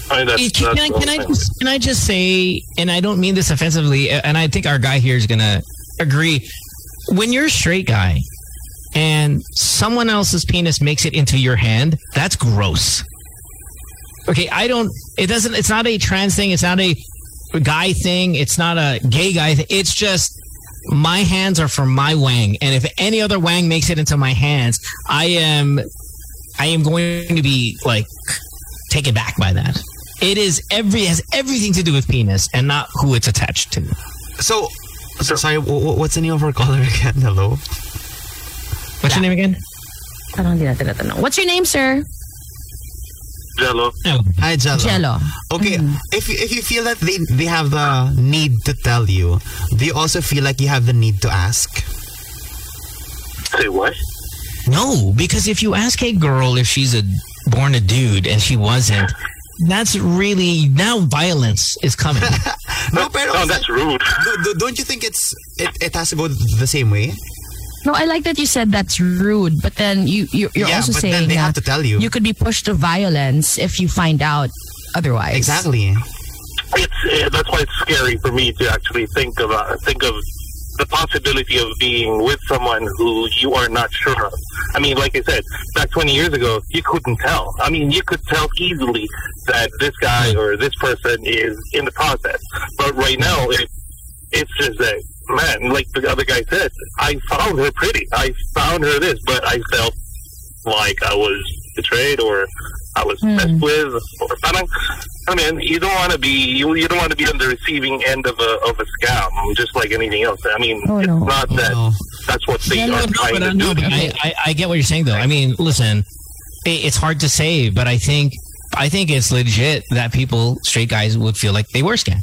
[SPEAKER 8] I mean, that's,
[SPEAKER 3] It- can,
[SPEAKER 8] that's
[SPEAKER 3] I,
[SPEAKER 8] the
[SPEAKER 3] can I
[SPEAKER 8] whole thing.
[SPEAKER 3] just can I just say, and I don't mean this offensively, a- and I think our guy here is gonna agree. When you're a straight guy and someone else's penis makes it into your hand, that's gross. Okay, I don't. It doesn't. It's not a trans thing. It's not a guy thing. It's not a gay guy. Thing. It's just my hands are for my wang, and if any other wang makes it into my hands, I am, I am going to be like taken back by that. It is every has everything to do with penis and not who it's attached to.
[SPEAKER 1] So, so sorry, w- w- what's the name of our caller again? Hello.
[SPEAKER 3] What's your name again?
[SPEAKER 2] Parang hindi natin natanong. What's your name, sir?
[SPEAKER 8] Jello.
[SPEAKER 3] No.
[SPEAKER 1] Hi, Jello.
[SPEAKER 6] Jello.
[SPEAKER 1] Okay,
[SPEAKER 3] Mm.
[SPEAKER 1] if you, if you feel that they they have the need to tell you, do you also feel like you have the need to ask?
[SPEAKER 8] Say what?
[SPEAKER 3] No, because if you ask a girl if she's a born a dude and she wasn't, that's really now violence is coming.
[SPEAKER 1] No, pero
[SPEAKER 8] No, that's rude.
[SPEAKER 1] do- do- don't you think it's it, it has to go the same way?
[SPEAKER 6] No, I like that you said that's rude, but then you, you you're
[SPEAKER 1] yeah,
[SPEAKER 6] also
[SPEAKER 1] but
[SPEAKER 6] saying
[SPEAKER 1] then they
[SPEAKER 6] that
[SPEAKER 1] have to tell you.
[SPEAKER 6] you could be pushed to violence if you find out otherwise.
[SPEAKER 1] exactly.
[SPEAKER 8] It's, uh, that's why it's scary for me to actually think about think of the possibility of being with someone who you are not sure of. I mean, like I said, back 20 years ago, you couldn't tell. I mean, you could tell easily that this guy or this person is in the process. But right now, it, it's just that, man, like the other guy said, I found her pretty. I found her this, but I felt like I was betrayed or I was
[SPEAKER 6] Hmm.
[SPEAKER 8] messed with. Or, I, don't, I mean, you don't want to be you, you don't want to be on the receiving end of a of a scam, just like anything else. I mean,
[SPEAKER 6] Oh,
[SPEAKER 8] it's
[SPEAKER 6] no.
[SPEAKER 8] not
[SPEAKER 1] You
[SPEAKER 8] that
[SPEAKER 1] know.
[SPEAKER 8] that's what they
[SPEAKER 3] Yeah, no,
[SPEAKER 8] are
[SPEAKER 3] no,
[SPEAKER 8] trying
[SPEAKER 3] but I-
[SPEAKER 8] to
[SPEAKER 3] no,
[SPEAKER 8] do.
[SPEAKER 3] but I, I, I get what you're saying though. I mean, listen, i it's hard to say, but I think I think it's legit that people, straight guys, would feel like they were scammed.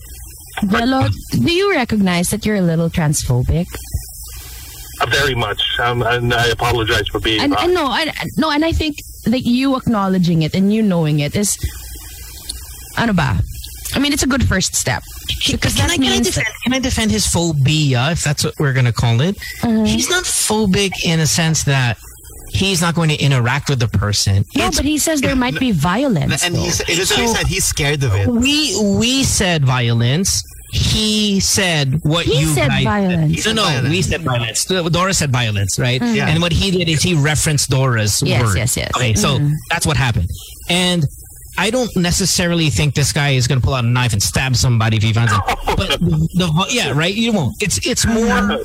[SPEAKER 6] Jello, do you recognize that you're a little transphobic?
[SPEAKER 8] Very much, um, and I apologize for being.
[SPEAKER 6] And,
[SPEAKER 8] uh,
[SPEAKER 6] and no, I, no, and I think that you acknowledging it and you knowing it is, ano ba? I mean, it's a good first step. Because
[SPEAKER 3] can
[SPEAKER 6] that
[SPEAKER 3] I, can, I
[SPEAKER 6] means
[SPEAKER 3] defend, can I defend his phobia, if that's what we're going to call it? He's not phobic in a sense that he's not going to interact with the person.
[SPEAKER 2] No,
[SPEAKER 3] It's-
[SPEAKER 2] but he says there might be violence.
[SPEAKER 1] And he, sa- he literally said he's scared of it.
[SPEAKER 3] we we said violence. He said what
[SPEAKER 2] He
[SPEAKER 3] you
[SPEAKER 2] said
[SPEAKER 3] guys
[SPEAKER 2] violence.
[SPEAKER 1] He
[SPEAKER 3] No,
[SPEAKER 1] said
[SPEAKER 3] no,
[SPEAKER 1] violence.
[SPEAKER 3] we said violence. Dora said violence, right?
[SPEAKER 1] Yeah.
[SPEAKER 3] And what he did is he referenced Dora's
[SPEAKER 6] Yes,
[SPEAKER 3] word.
[SPEAKER 6] yes, yes.
[SPEAKER 3] Okay, so that's what happened. And I don't necessarily think this guy is going to pull out a knife and stab somebody if he finds
[SPEAKER 1] <laughs>
[SPEAKER 3] out. But the, the yeah, right? You won't. It's it's more
[SPEAKER 1] Uh-huh.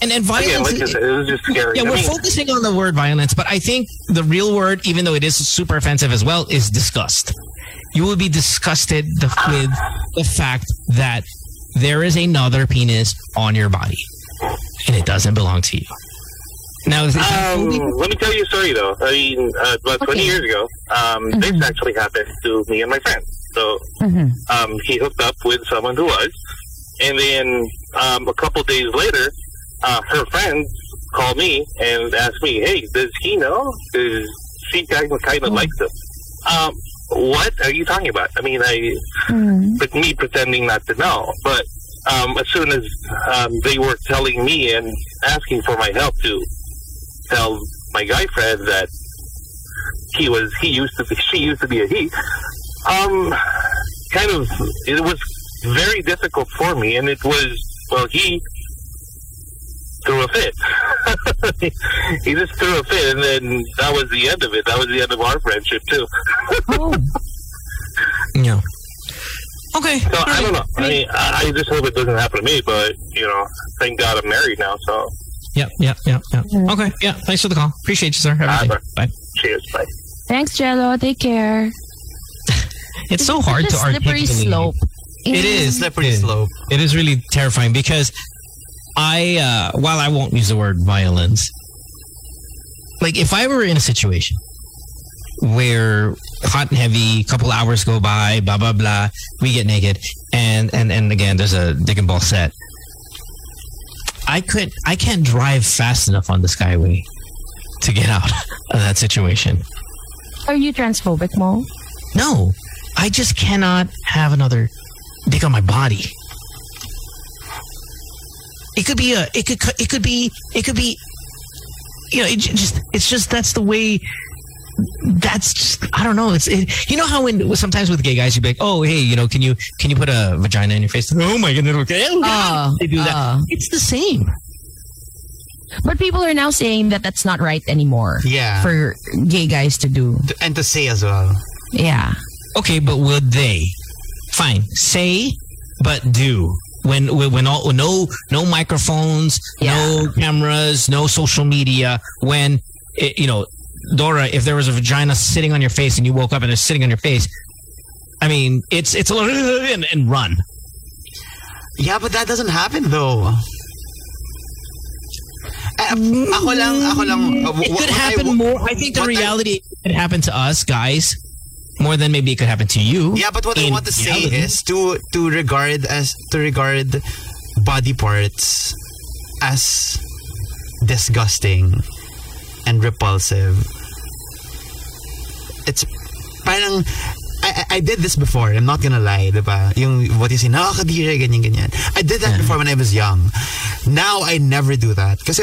[SPEAKER 3] and and
[SPEAKER 8] Again,
[SPEAKER 3] violence.
[SPEAKER 8] like I said, it was just scary.
[SPEAKER 3] yeah,
[SPEAKER 8] I
[SPEAKER 3] we're
[SPEAKER 8] mean,
[SPEAKER 3] focusing on the word violence, but I think the real word, even though it is super offensive as well, is disgust. You will be disgusted the, with the fact that there is another penis on your body, and it doesn't belong to you. Now, is
[SPEAKER 8] Um, let me tell you a story though. I mean, uh, about 20 years ago, um,
[SPEAKER 6] Mm-hmm.
[SPEAKER 8] this actually happened to me and my friend. So um, he hooked up with someone who was, and then um, a couple days later, uh, her friend called me and asked me, "Hey, does he know? Does she kind of, kind of likes him?" Um, what are you talking about? I mean, I
[SPEAKER 6] Hmm.
[SPEAKER 8] but me pretending not to know. But um, as soon as um, they were telling me and asking for my help to tell my guy friend that he was he used to be <laughs> she used to be a he. Um, kind of it was very difficult for me, and it was well he threw a fit. <laughs> he just threw a fit, and then that was the end of it. That was the end of our friendship too. <laughs>
[SPEAKER 3] no. Okay.
[SPEAKER 8] So I don't know. I mean, I, I just hope it doesn't happen to me. But you know, thank God I'm married now. So
[SPEAKER 3] Yep, yep, yep, yep. Okay, yeah. Thanks for the call. Appreciate you, sir. Have a
[SPEAKER 8] Ah,
[SPEAKER 3] good day. Bye.
[SPEAKER 8] cheers, bye.
[SPEAKER 6] Thanks, Jello. Take care.
[SPEAKER 3] <laughs> It's so hard
[SPEAKER 6] It's
[SPEAKER 3] to
[SPEAKER 6] a slippery
[SPEAKER 3] articulate.
[SPEAKER 6] slope.
[SPEAKER 3] It is.
[SPEAKER 1] Slippery
[SPEAKER 3] Yeah.
[SPEAKER 1] slope.
[SPEAKER 3] It is really terrifying because I, uh, while I won't use the word violence, like if I were in a situation where hot and heavy, couple hours go by, blah blah blah, we get naked, and and and again, there's a dick and ball set. I could I can't drive fast enough on the skyway to get out <laughs> of that situation.
[SPEAKER 6] Are you transphobic, Mo?
[SPEAKER 3] No, I just cannot have another dick on my body. It could be a. It could. cu- It could be. It could be. You know, it j- just. It's just that's the way. That's just. I don't know. It's. It, you know how when sometimes with gay guys you'd be like, oh hey, you know, can you can you put a vagina in your face? Oh my goodness, okay. Oh,
[SPEAKER 2] Ah,
[SPEAKER 6] Uh,
[SPEAKER 3] they do that.
[SPEAKER 6] uh.
[SPEAKER 3] It's the same.
[SPEAKER 6] But people are now saying that that's not right anymore
[SPEAKER 1] Yeah.
[SPEAKER 6] for gay guys to do.
[SPEAKER 1] and to say as well.
[SPEAKER 6] Yeah.
[SPEAKER 3] Okay, but would they? Fine, say, but do. When when when all no no microphones, no cameras, no social media. When it, you know, Dora, if there was a vagina sitting on your face and you woke up and it's sitting on your face, I mean, it's it's a little <laughs> and, and run.
[SPEAKER 1] Yeah, but that doesn't happen though. Eh, ako lang, ako lang. uh, wh-
[SPEAKER 3] Mm. It
[SPEAKER 1] what
[SPEAKER 3] could
[SPEAKER 1] I
[SPEAKER 3] happen
[SPEAKER 1] wa-
[SPEAKER 3] more. I think the
[SPEAKER 1] what I-
[SPEAKER 3] reality it could happen to us guys more than maybe it could happen to you.
[SPEAKER 1] Yeah, but what I
[SPEAKER 3] in
[SPEAKER 1] want to say
[SPEAKER 3] reality.
[SPEAKER 1] is to to regard as to regard body parts as disgusting and repulsive. It's parang I, I- I did this before. I'm not gonna lie, diba? Yung what you say, nakakadiri, ganyan, ganyan. I did that before when I was young. Now I never do that because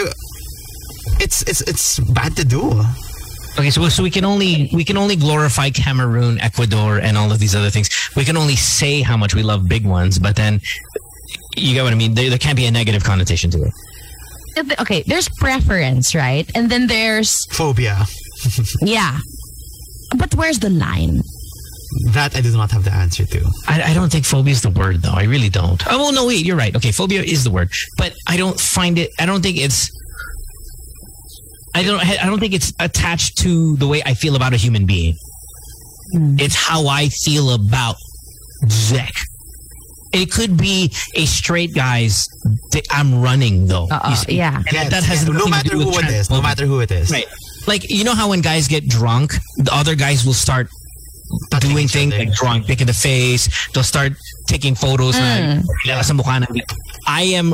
[SPEAKER 1] it's it's it's bad to do.
[SPEAKER 3] Okay, so, so we can only we can only glorify Cameroon, Ecuador, and all of these other things. We can only say how much we love big ones, but then you get what I mean. There, there can't be a negative connotation to it.
[SPEAKER 6] Okay, there's preference, right? And then there's,
[SPEAKER 1] Phobia.
[SPEAKER 3] <laughs>
[SPEAKER 6] yeah. But where's the line?
[SPEAKER 1] That I do not have the answer to.
[SPEAKER 3] I, I don't think phobia is the word, though. I really don't. Oh well, no, wait, you're right. Okay, phobia is the word, but I don't find it. I don't think it's. I don't. I don't think it's attached to the way I feel about a human being.
[SPEAKER 6] Hmm.
[SPEAKER 3] It's how I feel about Zek. It could be a straight guy's. di- I'm running though.
[SPEAKER 6] Uh-uh,
[SPEAKER 3] You see?
[SPEAKER 6] yeah.
[SPEAKER 3] And that has
[SPEAKER 1] no
[SPEAKER 3] nothing to
[SPEAKER 1] matter
[SPEAKER 3] do with
[SPEAKER 1] who it is,
[SPEAKER 3] transphobia.
[SPEAKER 1] no matter who it is.
[SPEAKER 3] Right. Like you know how when guys get drunk, the other guys will start doing
[SPEAKER 1] each
[SPEAKER 3] things
[SPEAKER 1] other.
[SPEAKER 3] like drawing dick in the face. They'll start taking photos. na ilala sa mukha na- I am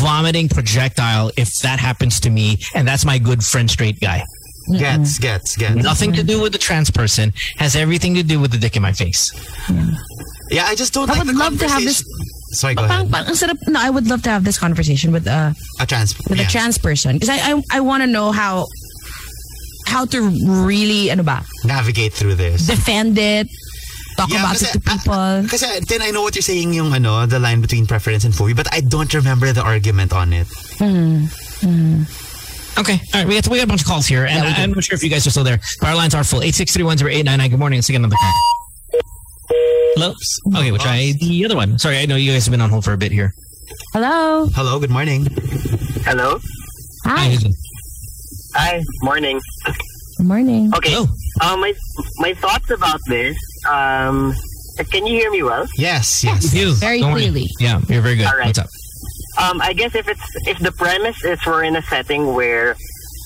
[SPEAKER 3] vomiting projectile if that happens to me, and that's my good friend straight guy.
[SPEAKER 1] Gets, gets, gets.
[SPEAKER 3] Nothing to do with the trans person. Has everything to do with the dick in my face.
[SPEAKER 1] Yeah, I just don't
[SPEAKER 6] I
[SPEAKER 1] like
[SPEAKER 6] would
[SPEAKER 1] the
[SPEAKER 6] love to have
[SPEAKER 1] conversation- Sorry, go
[SPEAKER 6] Pang,
[SPEAKER 1] ahead.
[SPEAKER 6] pang, ang sarap. No, I would love to have this conversation with uh
[SPEAKER 1] A trans.
[SPEAKER 6] with
[SPEAKER 1] yeah.
[SPEAKER 6] a trans person because I I, I want to know how
[SPEAKER 2] how to really, ano ba,
[SPEAKER 1] navigate through this.
[SPEAKER 2] defend it, talk
[SPEAKER 1] Yeah,
[SPEAKER 2] about
[SPEAKER 1] kasi-
[SPEAKER 2] it to people.
[SPEAKER 1] Kasi then I know what you're saying yung ano, the line between preference and phobia, but I don't remember the argument on it.
[SPEAKER 3] Okay. All right. We got, we got a bunch of calls here. And I, am not sure if you guys are still there. But our lines are full. 863-10899. Good morning. Let's take another call. Hello? Okay, we'll try the other one. Sorry, I know you guys have been on hold for a bit here.
[SPEAKER 9] Hello?
[SPEAKER 1] Hello, good morning.
[SPEAKER 6] Hello?
[SPEAKER 9] Hi.
[SPEAKER 6] Hi, morning.
[SPEAKER 2] Good morning.
[SPEAKER 6] Okay.
[SPEAKER 3] Hello.
[SPEAKER 6] Uh, my my thoughts about this. Um, can you hear me well?
[SPEAKER 1] Yes, yes.
[SPEAKER 3] You.
[SPEAKER 2] Very
[SPEAKER 3] Don't worry.
[SPEAKER 2] clearly.
[SPEAKER 3] Yeah, you're very good.
[SPEAKER 6] All right.
[SPEAKER 3] What's up?
[SPEAKER 6] Um, I guess if it's if the premise is we're in a setting where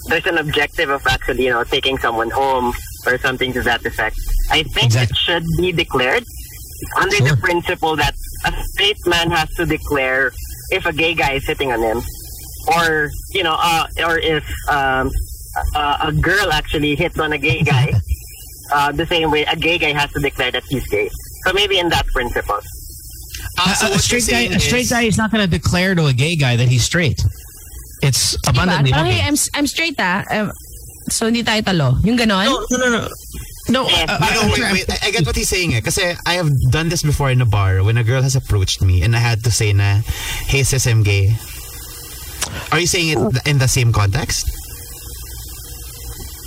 [SPEAKER 6] there's an objective of actually you know taking someone home or something to that effect, I think
[SPEAKER 3] Exactly.
[SPEAKER 6] it should be declared under
[SPEAKER 3] Sure.
[SPEAKER 6] the principle that a straight man has to declare if a gay guy is hitting on him, or you know, uh, or if um, a, a girl actually hits on a
[SPEAKER 3] <laughs>
[SPEAKER 6] gay guy. Uh, the same way a gay guy has to declare that he's gay. So maybe in that principle.
[SPEAKER 1] Uh, so
[SPEAKER 3] a,
[SPEAKER 1] what you're
[SPEAKER 3] straight guy,
[SPEAKER 1] saying
[SPEAKER 3] a straight
[SPEAKER 1] is-
[SPEAKER 3] guy is not going to declare to a gay guy that he's straight. It's abundantly
[SPEAKER 2] Parang, hey, Oh,
[SPEAKER 3] obvious.
[SPEAKER 2] I'm, I'm straight ah. Um, so hindi tayo talo. Yung ganon.
[SPEAKER 3] No, no, no, no. No,
[SPEAKER 6] Yeah.
[SPEAKER 3] uh,
[SPEAKER 1] No, no, wait, wait. I, I get what he's saying eh. Kasi I have done this before in a bar when a girl has approached me and I had to say na, hey sis, I'm gay. Are you saying it in the same context?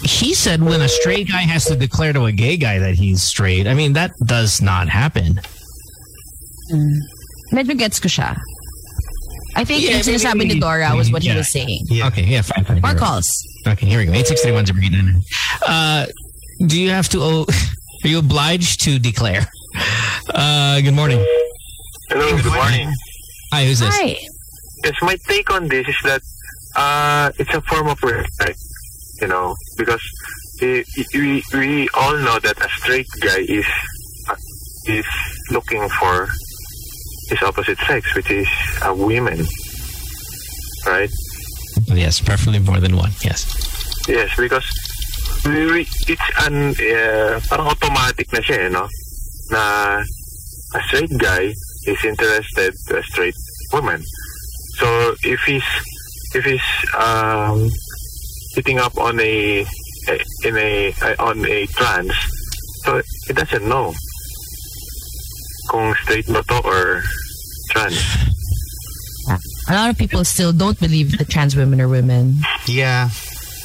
[SPEAKER 3] he said when a straight guy has to declare to a gay guy that he's straight. I mean, that does not happen.
[SPEAKER 2] Medyo gets ko siya. I think
[SPEAKER 3] Yeah,
[SPEAKER 2] yung sinasabi
[SPEAKER 3] maybe-
[SPEAKER 2] ni Dora was what
[SPEAKER 3] yeah.
[SPEAKER 2] he was saying.
[SPEAKER 1] Yeah.
[SPEAKER 3] Okay, yeah, fine, fine.
[SPEAKER 2] More
[SPEAKER 3] you're right.
[SPEAKER 2] calls.
[SPEAKER 3] Okay, here we go. Eight six three one zero eight nine nine. Uh, do you have to? Oh, <laughs> are you obliged to declare? Uh, good morning.
[SPEAKER 10] Hello, good morning.
[SPEAKER 3] Hi, who's this?
[SPEAKER 2] Hi.
[SPEAKER 10] Yes, my take on this is that uh, it's a form of respect, you know, because we, we, we all know that a straight guy is uh, is looking for his opposite sex, which is a woman, right?
[SPEAKER 3] Yes, preferably more than one. Yes.
[SPEAKER 10] Yes, because we, we, it's an uh, parang automatic na siya, eh, no? Na a straight guy is interested to a straight woman. So if he's if he's um, hitting up on a in a on a trans, so he doesn't know kung straight ba to or trans.
[SPEAKER 2] A lot of people still don't believe that trans women are women.
[SPEAKER 1] Yeah.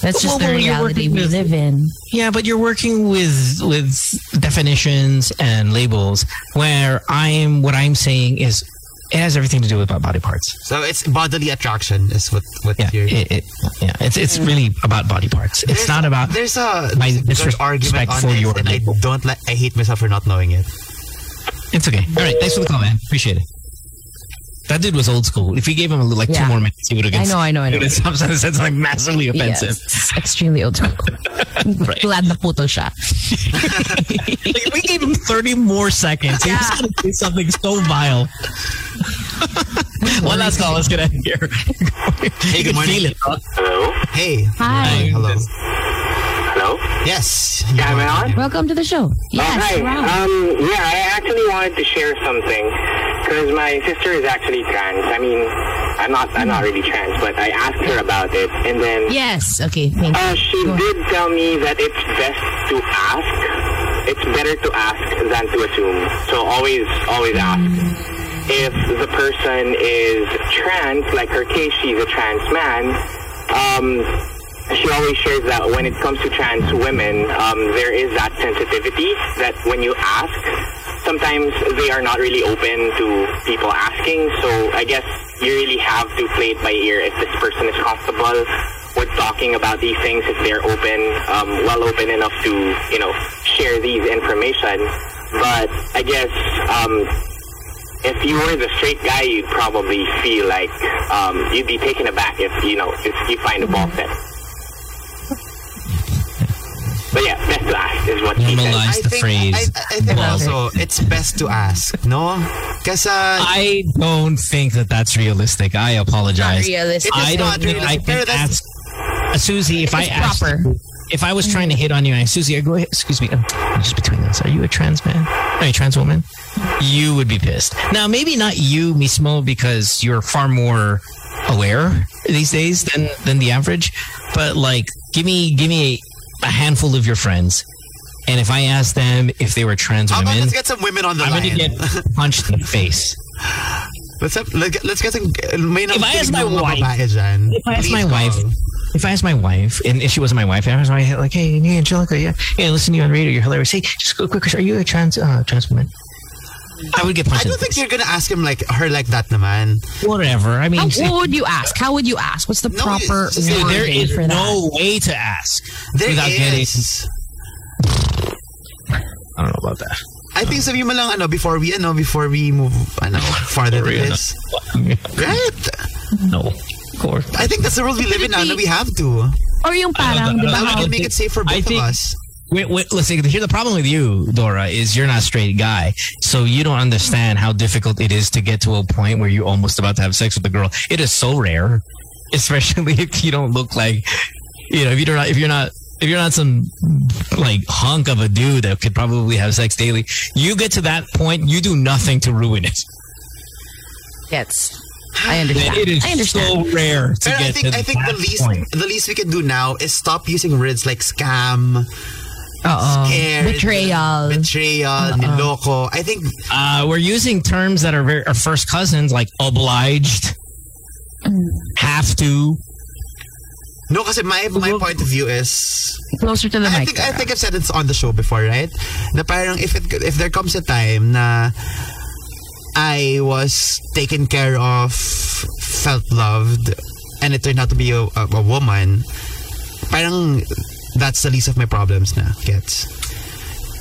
[SPEAKER 2] That's
[SPEAKER 3] Well, well,
[SPEAKER 2] just the
[SPEAKER 3] you're
[SPEAKER 2] reality
[SPEAKER 3] working
[SPEAKER 2] we
[SPEAKER 3] with-
[SPEAKER 2] live in.
[SPEAKER 3] Yeah, but you're working with with definitions and labels. Where I'm, what I'm saying is, it has everything to do with body parts.
[SPEAKER 1] So it's bodily attraction is what, what
[SPEAKER 3] Yeah,
[SPEAKER 1] you're...
[SPEAKER 3] it, it, yeah. It's it's really about body parts. It's
[SPEAKER 1] There's-
[SPEAKER 3] not about
[SPEAKER 1] There's a
[SPEAKER 3] My
[SPEAKER 1] good
[SPEAKER 3] disrespect
[SPEAKER 1] argument on
[SPEAKER 3] for
[SPEAKER 1] it,
[SPEAKER 3] your
[SPEAKER 1] and I
[SPEAKER 3] label.
[SPEAKER 1] don't like. I hate myself for not knowing it.
[SPEAKER 3] It's okay. All right. Thanks for the call, man. Appreciate it. That dude was old school. If you gave him like two
[SPEAKER 2] Yeah.
[SPEAKER 3] more minutes, he would have.
[SPEAKER 2] I know, I know,
[SPEAKER 3] <laughs>
[SPEAKER 2] I know.
[SPEAKER 3] Sometimes that's like massively offensive.
[SPEAKER 2] Yes. <laughs> It's extremely
[SPEAKER 3] <laughs>
[SPEAKER 2] old school. Glad na putol siya.
[SPEAKER 3] Like, if we gave him thirty more seconds, he was gonna do something so vile.
[SPEAKER 2] <laughs>
[SPEAKER 3] One last call. Let's get out of here. <laughs> hey,
[SPEAKER 1] good morning.
[SPEAKER 10] Hello,
[SPEAKER 1] Hey,
[SPEAKER 2] Hi.
[SPEAKER 1] hello.
[SPEAKER 10] hello.
[SPEAKER 1] Yes, you
[SPEAKER 6] Am I
[SPEAKER 1] are.
[SPEAKER 6] on?
[SPEAKER 2] Welcome to the show. Yes,
[SPEAKER 6] oh, hi.
[SPEAKER 2] wow.
[SPEAKER 6] Um, yeah, I actually wanted to share something because my sister is actually trans. I mean, I'm not. I'm not really trans, but I asked her about it, and then
[SPEAKER 2] Mm-hmm. Yes. Okay, thank you.
[SPEAKER 6] uh, she did tell me that it's best to ask. It's better to ask than to assume. So always, always ask. If the person is trans, like her case, she's a trans man. Um, she always shares that when it comes to trans women, um, there is that sensitivity that when you ask, sometimes they are not really open to people asking. So I guess you really have to play it by ear if this person is comfortable with talking about these things, if they're open, um, well open enough to, you know, share these information. But I guess um, if you were the straight guy, you'd probably feel like um, you'd be taken aback if you know if you find a ball set. But yeah, best to ask is what he said.
[SPEAKER 3] Normalize the phrase.
[SPEAKER 1] I, I think
[SPEAKER 3] Well-
[SPEAKER 1] also it's best to
[SPEAKER 3] <laughs>
[SPEAKER 1] ask, no? Because uh,
[SPEAKER 3] I don't think that that's realistic. I apologize.
[SPEAKER 2] Realistic.
[SPEAKER 3] I
[SPEAKER 1] not
[SPEAKER 3] don't think I
[SPEAKER 1] realistic. Pero
[SPEAKER 3] can
[SPEAKER 1] that's-
[SPEAKER 3] ask. Uh, Susie, if I
[SPEAKER 2] It's
[SPEAKER 3] asked,
[SPEAKER 2] proper.
[SPEAKER 3] if I was trying to hit on you, and I, Susie, I go, "Hey, excuse me, um, just between us, are you a trans man? Are you a trans woman? You would be pissed. Now, maybe not you, Mismo, because you're far more aware these days than than the average. But like, give me give me a handful of your friends, and if I ask them if they were trans
[SPEAKER 1] How about
[SPEAKER 3] women,
[SPEAKER 1] let's get some women on the
[SPEAKER 3] I'm
[SPEAKER 1] line.
[SPEAKER 3] gonna get punched in the face.
[SPEAKER 1] Let's have, let's get, let's get some... uh, May
[SPEAKER 3] If I ask my
[SPEAKER 1] nakikinig ng mga
[SPEAKER 3] wife-
[SPEAKER 1] babae dyan.
[SPEAKER 3] If I ask
[SPEAKER 1] Please
[SPEAKER 3] my
[SPEAKER 1] call.
[SPEAKER 3] wife, if I ask my wife, and if she wasn't my wife, and I was my- like, hey, hey, Angelica, yeah, yeah, listen to you on radio, you're hilarious. Hey, just go quick, are you a trans uh, trans woman? I would get
[SPEAKER 1] I
[SPEAKER 3] punched. in
[SPEAKER 1] don't
[SPEAKER 3] the
[SPEAKER 1] think you're gonna ask him like her like that naman.
[SPEAKER 3] face. whatever. I mean,
[SPEAKER 6] How,
[SPEAKER 3] see,
[SPEAKER 6] what would you ask? How would you ask? What's the
[SPEAKER 1] No,
[SPEAKER 6] proper
[SPEAKER 1] it's just that
[SPEAKER 6] wording
[SPEAKER 3] there is
[SPEAKER 6] for that?
[SPEAKER 3] no way to ask.
[SPEAKER 1] There
[SPEAKER 3] Without
[SPEAKER 1] is.
[SPEAKER 3] I don't know about that.
[SPEAKER 1] I think sabi mo lang ano before we ano before we move ano farther to
[SPEAKER 3] Before we, ano.
[SPEAKER 1] this. Right?
[SPEAKER 6] Mm-hmm.
[SPEAKER 3] no, of course.
[SPEAKER 1] I think that's the world we live in now na we have to.
[SPEAKER 6] Or yung parang,
[SPEAKER 3] I
[SPEAKER 6] di
[SPEAKER 3] don't
[SPEAKER 1] That
[SPEAKER 6] ba?
[SPEAKER 1] we
[SPEAKER 3] know.
[SPEAKER 1] can make it safe for both
[SPEAKER 3] I think-
[SPEAKER 1] of us.
[SPEAKER 3] Wait, wait, listen, here the problem with you, Dora, is you're not a straight guy. So you don't understand how difficult it is to get to a point where you're almost about to have sex with a girl. It is so rare, <laughs> especially if you don't look like, you know, if you don't, if you're not, if you're not some like hunk of a dude that could probably have sex daily, you get to that point, you do nothing to ruin it.
[SPEAKER 6] Gets. I
[SPEAKER 3] And
[SPEAKER 6] understand.
[SPEAKER 3] it is
[SPEAKER 6] I understand.
[SPEAKER 3] so rare to
[SPEAKER 1] Pero
[SPEAKER 3] get
[SPEAKER 1] I think
[SPEAKER 3] to
[SPEAKER 1] I think
[SPEAKER 3] that
[SPEAKER 1] the least
[SPEAKER 3] point.
[SPEAKER 1] the least we can do now is stop using words like scam,
[SPEAKER 6] Uh-oh.
[SPEAKER 1] scared,
[SPEAKER 6] Betrayal.
[SPEAKER 1] betrayal, Uh, niloko. I think
[SPEAKER 3] Uh, we're using terms that are, very, are first cousins, like obliged, have to.
[SPEAKER 1] no kasi my my point of view is
[SPEAKER 6] Closer to the
[SPEAKER 1] I
[SPEAKER 6] mic.
[SPEAKER 1] think I think I've said it's on the show before, right? Na parang if it if there comes a time na I was taken care of, felt loved, and it turned out to be a, a, a woman, parang that's the least of my problems na gets.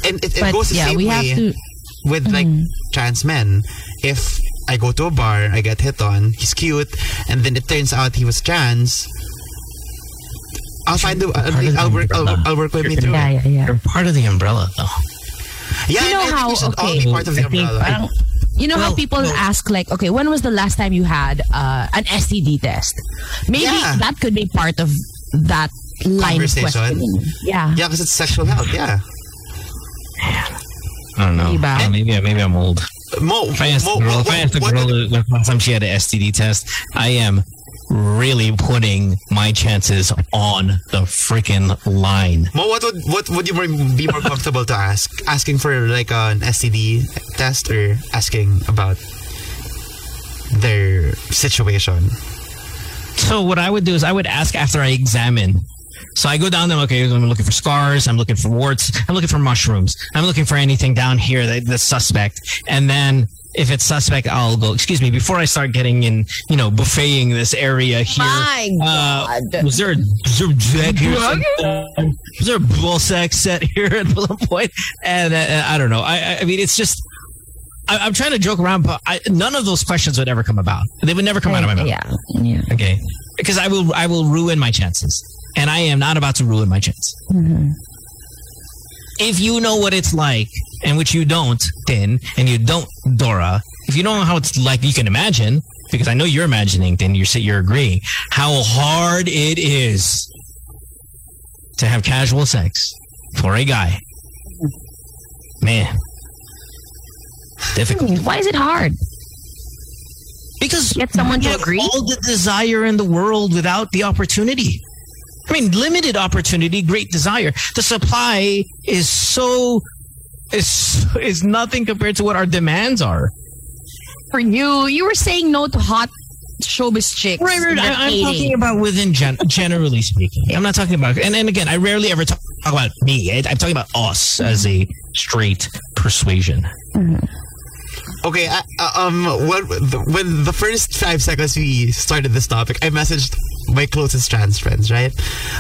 [SPEAKER 1] And it, it
[SPEAKER 6] but
[SPEAKER 1] goes the
[SPEAKER 6] yeah,
[SPEAKER 1] same
[SPEAKER 6] we
[SPEAKER 1] way
[SPEAKER 6] have to. Mm-hmm.
[SPEAKER 1] with like trans men. If I go to a bar, I get hit on, he's cute, and then it turns out he was trans. I'll find the. I'll, I'll work. I'll, I'll work with me through.
[SPEAKER 6] Yeah,
[SPEAKER 1] it.
[SPEAKER 6] yeah, yeah.
[SPEAKER 3] You're part of the umbrella, though.
[SPEAKER 1] Yeah,
[SPEAKER 6] You know
[SPEAKER 1] and I think
[SPEAKER 6] how-
[SPEAKER 1] we should all
[SPEAKER 6] okay.
[SPEAKER 1] be part of the
[SPEAKER 3] I think
[SPEAKER 1] umbrella.
[SPEAKER 6] Parang, you know how
[SPEAKER 3] Well,
[SPEAKER 6] people
[SPEAKER 3] well-
[SPEAKER 6] ask like, okay, when was the last time you had uh, an STD test? Maybe
[SPEAKER 1] Yeah.
[SPEAKER 6] that could be part of that line of
[SPEAKER 1] Conversation.
[SPEAKER 6] questioning. Yeah.
[SPEAKER 1] Yeah, because it's sexual health. Yeah,
[SPEAKER 3] I don't know.
[SPEAKER 6] Diba?
[SPEAKER 3] Yeah, maybe, maybe I'm old.
[SPEAKER 1] Mo.
[SPEAKER 3] If I asked
[SPEAKER 1] Mo,
[SPEAKER 3] the girl,
[SPEAKER 1] what-
[SPEAKER 3] if I asked the
[SPEAKER 1] what-
[SPEAKER 3] girl the last time she had an STD test, I am really putting my chances on the freaking line.
[SPEAKER 1] Mo, what would what would you more- be more comfortable to ask? Asking for like an STD test or asking about their situation?
[SPEAKER 3] So what I would do is I would ask after I examine. So I go down there. Okay, I'm looking for scars. I'm looking for warts. I'm looking for mushrooms. I'm looking for anything down here that that's suspect. And then if it's suspect, I'll go. Excuse me. Before I start getting in, you know, buffeting this area here.
[SPEAKER 6] My
[SPEAKER 3] uh,
[SPEAKER 6] God.
[SPEAKER 3] was there a, was there a drug here? was there a bull sack set <laughs> here at one point? And uh, I don't know. I, I- I mean, it's just. I, I'm trying to joke around, but I, none of those questions would ever come about. They would never come out of my mouth.
[SPEAKER 6] Yeah. Yeah.
[SPEAKER 3] Okay. Because I will I will ruin my chances. And I am not about to ruin my chance.
[SPEAKER 6] Mm-hmm.
[SPEAKER 3] If you know what it's like, and which you don't, Tin, and you don't, Dora, if you don't know how it's like, you can imagine, because I know you're imagining, Tin, you're, sa- you're agreeing, how hard it is to have casual sex for a guy. Man. Difficult.
[SPEAKER 6] Why is it hard?
[SPEAKER 3] Because
[SPEAKER 6] Get someone to
[SPEAKER 3] have
[SPEAKER 6] agree?
[SPEAKER 3] All the desire in the world without the opportunity. I mean, limited opportunity, great desire. The supply is so is is nothing compared to what our demands are.
[SPEAKER 6] For you, you were saying no to hot showbiz chicks.
[SPEAKER 3] Right, right.
[SPEAKER 6] that
[SPEAKER 3] I, I'm
[SPEAKER 6] dating.
[SPEAKER 3] talking about within gen- generally speaking. I'm not talking about and, and again, I rarely ever talk, talk about me. I, I'm talking about us as a straight persuasion.
[SPEAKER 6] Mm-hmm.
[SPEAKER 1] Okay, I, uh, um, when the, when the first five seconds we started this topic, I messaged my closest trans friends, right?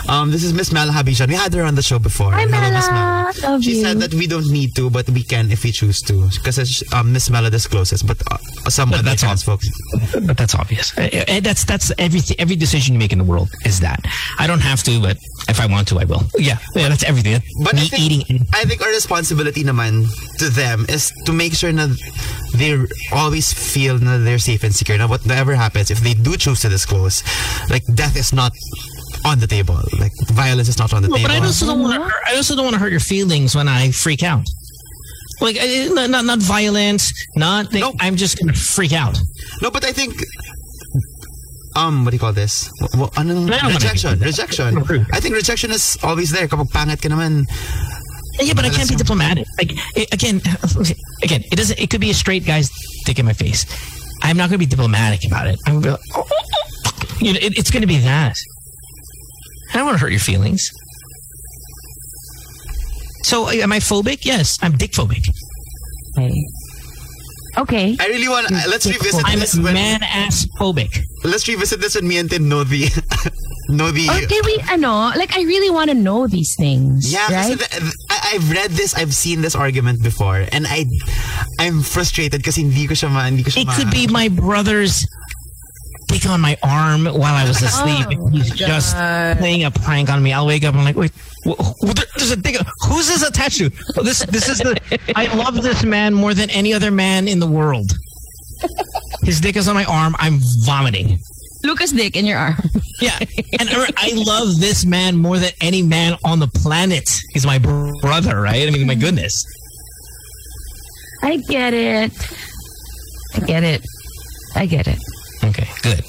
[SPEAKER 1] Um, this is Miss Mel Habishan. We had her on the show before. Hi, Hello, Miss Mel.
[SPEAKER 6] Love
[SPEAKER 1] She
[SPEAKER 6] you.
[SPEAKER 1] said that we don't need to, but we can if we choose to, because um, Miss Mela discloses, but uh, some
[SPEAKER 3] But
[SPEAKER 1] other
[SPEAKER 3] that's
[SPEAKER 1] trans folks.
[SPEAKER 3] But that's obvious. And Eh, that's that's every every decision you make in the world is that. I don't have to, but if I want to, I will. Yeah, yeah. That's everything.
[SPEAKER 1] But
[SPEAKER 3] Me
[SPEAKER 1] I think,
[SPEAKER 3] eating.
[SPEAKER 1] I think our responsibility naman to them is to make sure na they always feel na they're safe and secure. Now, whatever happens, if they do choose to disclose, like death is not on the table. Like violence is not on the
[SPEAKER 3] Well,
[SPEAKER 1] table.
[SPEAKER 3] but I also don't want to. I also don't want to hurt your feelings when I freak out. Like I- not not, not violent. Not.
[SPEAKER 1] Nope.
[SPEAKER 3] I'm just gonna freak out.
[SPEAKER 1] no, but I think um, what do you call this? W- w- anong,
[SPEAKER 3] Meron ka
[SPEAKER 1] rejection.
[SPEAKER 3] nakikita.
[SPEAKER 1] Rejection.
[SPEAKER 3] eh.
[SPEAKER 1] I think rejection is always there. Kapag pangat ka naman,
[SPEAKER 3] Yeah, but I can't be diplomatic. Like it, again, <laughs> again, it doesn't. It could be a straight guy's dick in my face. I'm not going to be diplomatic about it. I'm going to be like, "Oh, oh, oh." you know, it, it's going to be that. I don't want to hurt your feelings. So uh, am I phobic? Yes, I'm dick phobic.
[SPEAKER 2] Okay.
[SPEAKER 1] I really want. Uh, let's revisit
[SPEAKER 3] I'm
[SPEAKER 1] this when
[SPEAKER 3] man ass phobic.
[SPEAKER 1] let's revisit this when me and Tin know the <laughs> know the.
[SPEAKER 2] Or can we, ano, like I really want to know these things.
[SPEAKER 1] Yeah, kasi
[SPEAKER 2] right?
[SPEAKER 1] the, I, I've read this, I've seen this argument before, and I, I'm frustrated kasi hindi ko siya ma, hindi ko siya
[SPEAKER 3] It
[SPEAKER 1] ma-
[SPEAKER 3] could be my brother's dick on my arm while I was asleep. He's just playing a prank on me. I'll wake up. I'm like, wait, wh- wh- there- there's a dick. Who's this attached to? Oh, This, this is the. I love this man more than any other man in the world. His dick is on my arm. I'm vomiting.
[SPEAKER 6] Lucas Dick in your arm.
[SPEAKER 3] Yeah, and I I love this man more than any man on the planet. He's my br- brother, right? I mean, my goodness.
[SPEAKER 2] I get it. I get it. I get it.
[SPEAKER 3] Okay, good.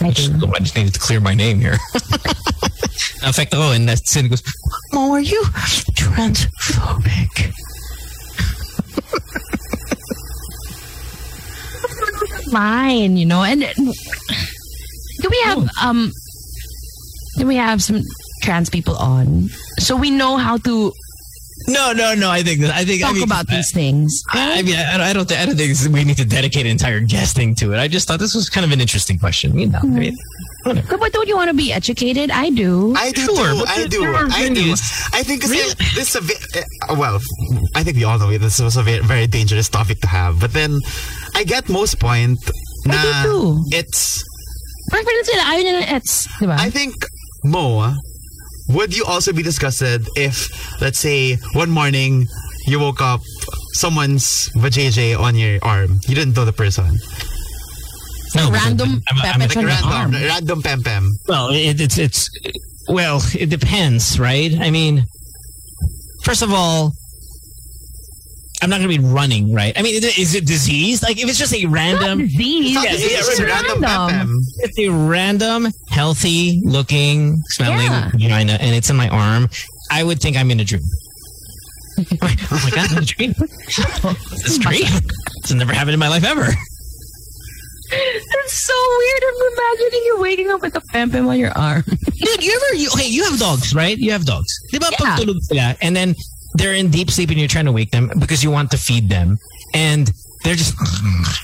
[SPEAKER 2] I
[SPEAKER 3] Just-
[SPEAKER 2] do.
[SPEAKER 3] I just needed to clear my name here. <laughs> Affect oh, and that sin goes, Mo, are you transphobic?
[SPEAKER 2] Fine, you know. And uh, do we have
[SPEAKER 3] Oh.
[SPEAKER 2] um do we have some trans people on? So we know how to
[SPEAKER 3] No, no, no. I think that I think
[SPEAKER 2] talk
[SPEAKER 3] I mean,
[SPEAKER 2] about these things.
[SPEAKER 3] I, I mean, I, don't- I don't. thi- I don't think we need to dedicate an entire guesting to it. I just thought this was kind of an interesting question. You know, I mean, whatever.
[SPEAKER 2] But don't you want to be educated? I do.
[SPEAKER 1] I do
[SPEAKER 3] Sure,
[SPEAKER 1] too.
[SPEAKER 3] but
[SPEAKER 1] I
[SPEAKER 3] there-
[SPEAKER 1] do.
[SPEAKER 3] there are
[SPEAKER 1] I do.
[SPEAKER 3] venues.
[SPEAKER 1] I think kasi
[SPEAKER 3] Really?
[SPEAKER 1] this a ve- uh, well, I think we all know it. This was a very, very dangerous topic to have. But then, I get most point. Na
[SPEAKER 2] Hmm. do too.
[SPEAKER 1] it's.
[SPEAKER 2] Preference nila, ayaw nila ets. Di ba?
[SPEAKER 1] I think Mo, would you also be disgusted if, let's say, one morning you woke up, someone's vajayjay on your arm. You didn't know the person.
[SPEAKER 3] No, but I'm-
[SPEAKER 2] Random
[SPEAKER 3] I'm- I'm-
[SPEAKER 2] pepper-
[SPEAKER 1] Like
[SPEAKER 2] Turn
[SPEAKER 1] random,
[SPEAKER 2] the arm.
[SPEAKER 1] random pem pem.
[SPEAKER 3] Well, it, it's it's well, it depends, right? I mean, first of all, I'm not going to be running, right? I mean, is it disease? Like, if it's just a random,
[SPEAKER 2] These.
[SPEAKER 1] Not
[SPEAKER 3] Yeah,
[SPEAKER 1] disease,
[SPEAKER 3] yeah,
[SPEAKER 1] just random pem pem.
[SPEAKER 3] it's a random, healthy looking, smelling
[SPEAKER 2] Yeah.
[SPEAKER 3] vagina, and it's in my arm, I would think I'm in a dream. <laughs> oh my god, I'm in a dream. <laughs> It's a dream. It's never happened in my life ever.
[SPEAKER 2] It's so weird. I'm imagining you waking up with a pimp on your arm. <laughs>
[SPEAKER 3] Dude, you ever you, hey, you have dogs, right? You have dogs. Di ba pag tulog sila and then they're in deep sleep and you're trying to wake them because you want to feed them and they're just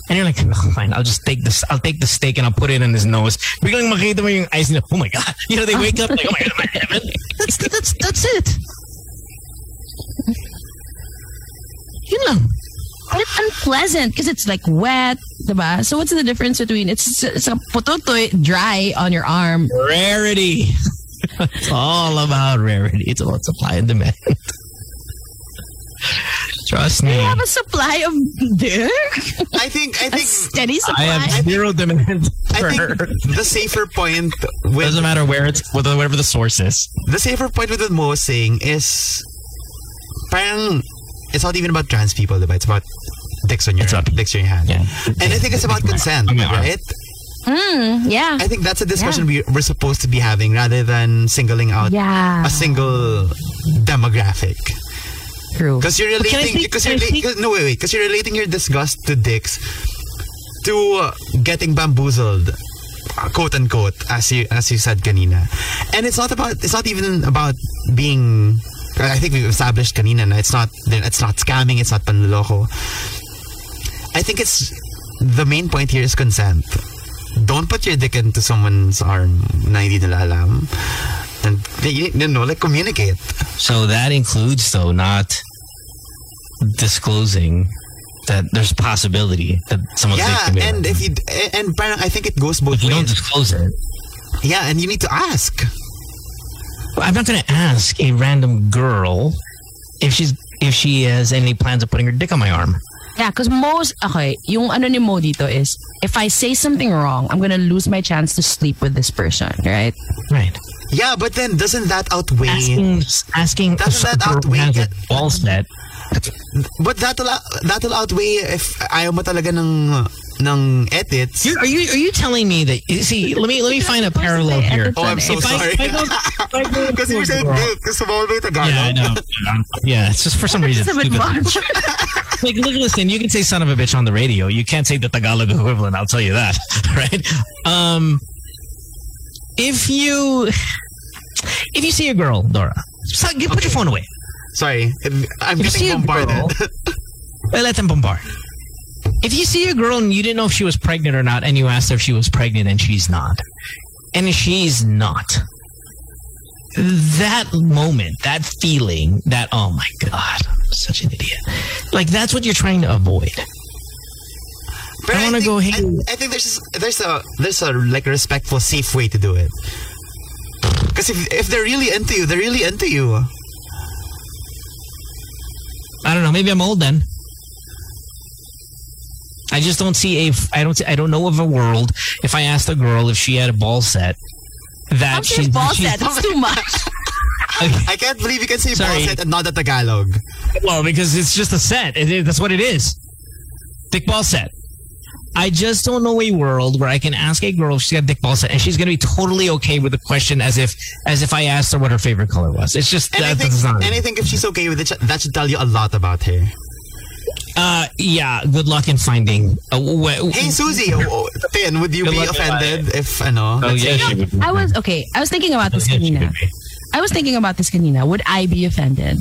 [SPEAKER 3] and you're like "Ugh, fine I'll just take this I'll take the steak and I'll put it in his nose biglang makita mo yung eyes nila oh my god you know they wake up
[SPEAKER 1] <laughs>
[SPEAKER 3] like oh my god my heaven that's that's that's it yun lang
[SPEAKER 2] And it's unpleasant because it's like wet, diba? So what's the difference between it's, it's a pototoy dry on your arm?
[SPEAKER 3] rarity <laughs> it's all about rarity it's all supply and demand trust me
[SPEAKER 2] You have a supply of dick,
[SPEAKER 1] I think I
[SPEAKER 2] a
[SPEAKER 1] think
[SPEAKER 2] steady
[SPEAKER 3] I
[SPEAKER 2] supply.
[SPEAKER 3] have zero demand for
[SPEAKER 1] I
[SPEAKER 3] her.
[SPEAKER 1] think the safer point with
[SPEAKER 3] Doesn't matter where it's whether whatever the source is.
[SPEAKER 1] the safer point with what Mo was saying is parang it's not even about trans people, diba? It's about dicks on your
[SPEAKER 3] It's about-
[SPEAKER 1] dicks on your hand.
[SPEAKER 3] Yeah.
[SPEAKER 1] And I think it's about consent,
[SPEAKER 3] on my arm. Hmm,
[SPEAKER 1] right?
[SPEAKER 2] Mm, yeah,
[SPEAKER 1] I think that's a discussion we, we're supposed to be having rather than singling out
[SPEAKER 2] yeah,
[SPEAKER 1] a single demographic.
[SPEAKER 2] true.
[SPEAKER 1] Because you're
[SPEAKER 3] can I
[SPEAKER 1] relating,
[SPEAKER 3] speak-
[SPEAKER 1] because you're
[SPEAKER 3] can I
[SPEAKER 1] rela-
[SPEAKER 3] speak?
[SPEAKER 1] 'cause- no wait wait, because you're relating your disgust to dicks to uh, getting bamboozled, uh, quote unquote, as you as you said kanina, and it's not about it's not even about being. I think we've established kanina na it's not it's not scamming, it's not panloloko. I think it's the main point here is consent. Don't put your dick into someone's arm na hindi nila alam. And, you know, like communicate.
[SPEAKER 3] So that includes though not disclosing that there's a possibility that someone's
[SPEAKER 1] Yeah,
[SPEAKER 3] taking
[SPEAKER 1] and if you and parang I think it goes both
[SPEAKER 3] you don't
[SPEAKER 1] ways.
[SPEAKER 3] disclose it.
[SPEAKER 1] Yeah, and you need to ask.
[SPEAKER 3] I'm not gonna ask a random girl if she's if she has any plans of putting her dick on my arm.
[SPEAKER 2] Yeah, because most, okay, yung ano ni Mo dito is, if I say something wrong, I'm gonna lose my chance to sleep with this person, right?
[SPEAKER 3] Right.
[SPEAKER 1] Yeah, but then doesn't that outweigh?
[SPEAKER 3] Asking asking
[SPEAKER 1] Doesn't
[SPEAKER 3] if a
[SPEAKER 1] that
[SPEAKER 3] girl
[SPEAKER 1] outweigh
[SPEAKER 3] has a
[SPEAKER 1] it?
[SPEAKER 3] ball set.
[SPEAKER 1] But that'll that'll outweigh if ayaw mo talaga ng ng edits.
[SPEAKER 3] You're, are you are you telling me that? you See, let me let me find a parallel here.
[SPEAKER 1] oh, I'm so
[SPEAKER 3] If I-
[SPEAKER 1] sorry.
[SPEAKER 3] if I go-
[SPEAKER 1] Kasi you're saying good. Kasi bawal ba yung
[SPEAKER 3] Yeah, I
[SPEAKER 1] Tagalog?
[SPEAKER 3] know. Yeah, it's just for some reason.
[SPEAKER 11] It's a bit
[SPEAKER 3] stupid.
[SPEAKER 11] much.
[SPEAKER 3] <laughs> Like, look, listen, you can say son of a bitch on the radio. You can't say the Tagalog equivalent, I'll tell you that. <laughs> Right? Um, if you if you see a girl, Dora, so, get- put your phone away.
[SPEAKER 1] Sorry. I'm
[SPEAKER 3] If you see a
[SPEAKER 1] getting bombarded.
[SPEAKER 3] girl,
[SPEAKER 1] <laughs>
[SPEAKER 3] Well, let them bombard. If you see a girl and you didn't know if she was pregnant or not, and you asked her if she was pregnant and she's not, and she's not, that moment, that feeling, that, oh my God, I'm such an idiot. Like, that's what you're trying to avoid.
[SPEAKER 1] But
[SPEAKER 3] I wanna
[SPEAKER 1] think-
[SPEAKER 3] go hang-
[SPEAKER 1] <laughs> I, I think there's there's a there's a like respectful, safe way to do it. Because if if they're really into you, they're really into you.
[SPEAKER 3] I don't know. Maybe I'm old then. I just don't see a. I don't. See, I don't know of a world. If I asked a girl if she had a ball set, that
[SPEAKER 11] Don't say
[SPEAKER 3] she's
[SPEAKER 11] ball
[SPEAKER 3] she's-
[SPEAKER 11] set. It's too
[SPEAKER 3] <laughs>
[SPEAKER 11] much.
[SPEAKER 1] I can't believe you can say
[SPEAKER 3] Sorry.
[SPEAKER 1] Sorry. Ballset and not the Tagalog.
[SPEAKER 3] Well, because it's just a set. It, it- that's what it is. Dick ball set. I just don't know a world where I can ask a girl if she's got dick ball set, and she's going to be totally okay with the question as if as if I asked her what her favorite color was. It's just
[SPEAKER 1] And I
[SPEAKER 3] that,
[SPEAKER 1] think,
[SPEAKER 3] that's not.
[SPEAKER 1] and I think if she's okay with it, that should tell you a lot about her.
[SPEAKER 3] uh, yeah. Good luck in finding. uh, A, w-
[SPEAKER 1] Hey, Susie, oh, oh, Tin, would you
[SPEAKER 3] Good
[SPEAKER 1] be
[SPEAKER 3] luck,
[SPEAKER 1] offended if, ano?
[SPEAKER 3] oh yeah, she would.
[SPEAKER 2] I was okay. I was thinking about this
[SPEAKER 3] Yeah, she
[SPEAKER 2] kanina.
[SPEAKER 3] would be.
[SPEAKER 2] I was thinking about this kanina. Would I be offended?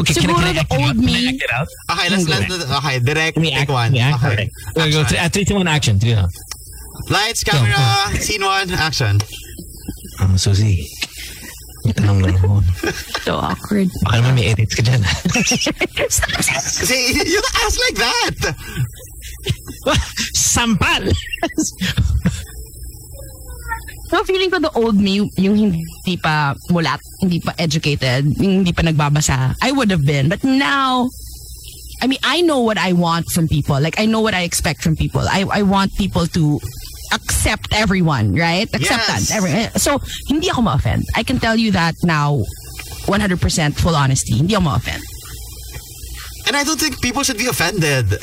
[SPEAKER 3] Okay, can I,
[SPEAKER 2] Siguro
[SPEAKER 3] can I
[SPEAKER 2] the
[SPEAKER 3] act it
[SPEAKER 2] old
[SPEAKER 3] out? Can I
[SPEAKER 2] me-
[SPEAKER 3] act it out?
[SPEAKER 1] Okay, let's,
[SPEAKER 3] Go
[SPEAKER 1] let okay, direct,
[SPEAKER 3] Let me
[SPEAKER 1] take
[SPEAKER 3] act,
[SPEAKER 1] one.
[SPEAKER 3] let me act
[SPEAKER 1] okay.
[SPEAKER 3] correct. We're gonna go three, uh, three, two, one, action. Three, two,
[SPEAKER 1] Lights, camera, scene one, action.
[SPEAKER 3] um, Susie. Tanong lang ako.
[SPEAKER 2] So awkward.
[SPEAKER 3] Baka naman may edits ka
[SPEAKER 2] <laughs>
[SPEAKER 3] dyan.
[SPEAKER 1] See, you don't ask like that.
[SPEAKER 3] Sampal!
[SPEAKER 2] <laughs> So feeling ko the old me, yung hindi pa mulat, hindi pa educated, yung hindi pa nagbabasa, I would have been. But now, I mean, I know what I want from people. Like, I know what I expect from people. I, I want people to accept everyone, right? Acceptance.
[SPEAKER 1] Yes.
[SPEAKER 2] Every, eh, so, hindi ako ma-offend. I can tell you that now, 100% full honesty. Hindi ako ma-offend.
[SPEAKER 1] And I don't think people should be offended.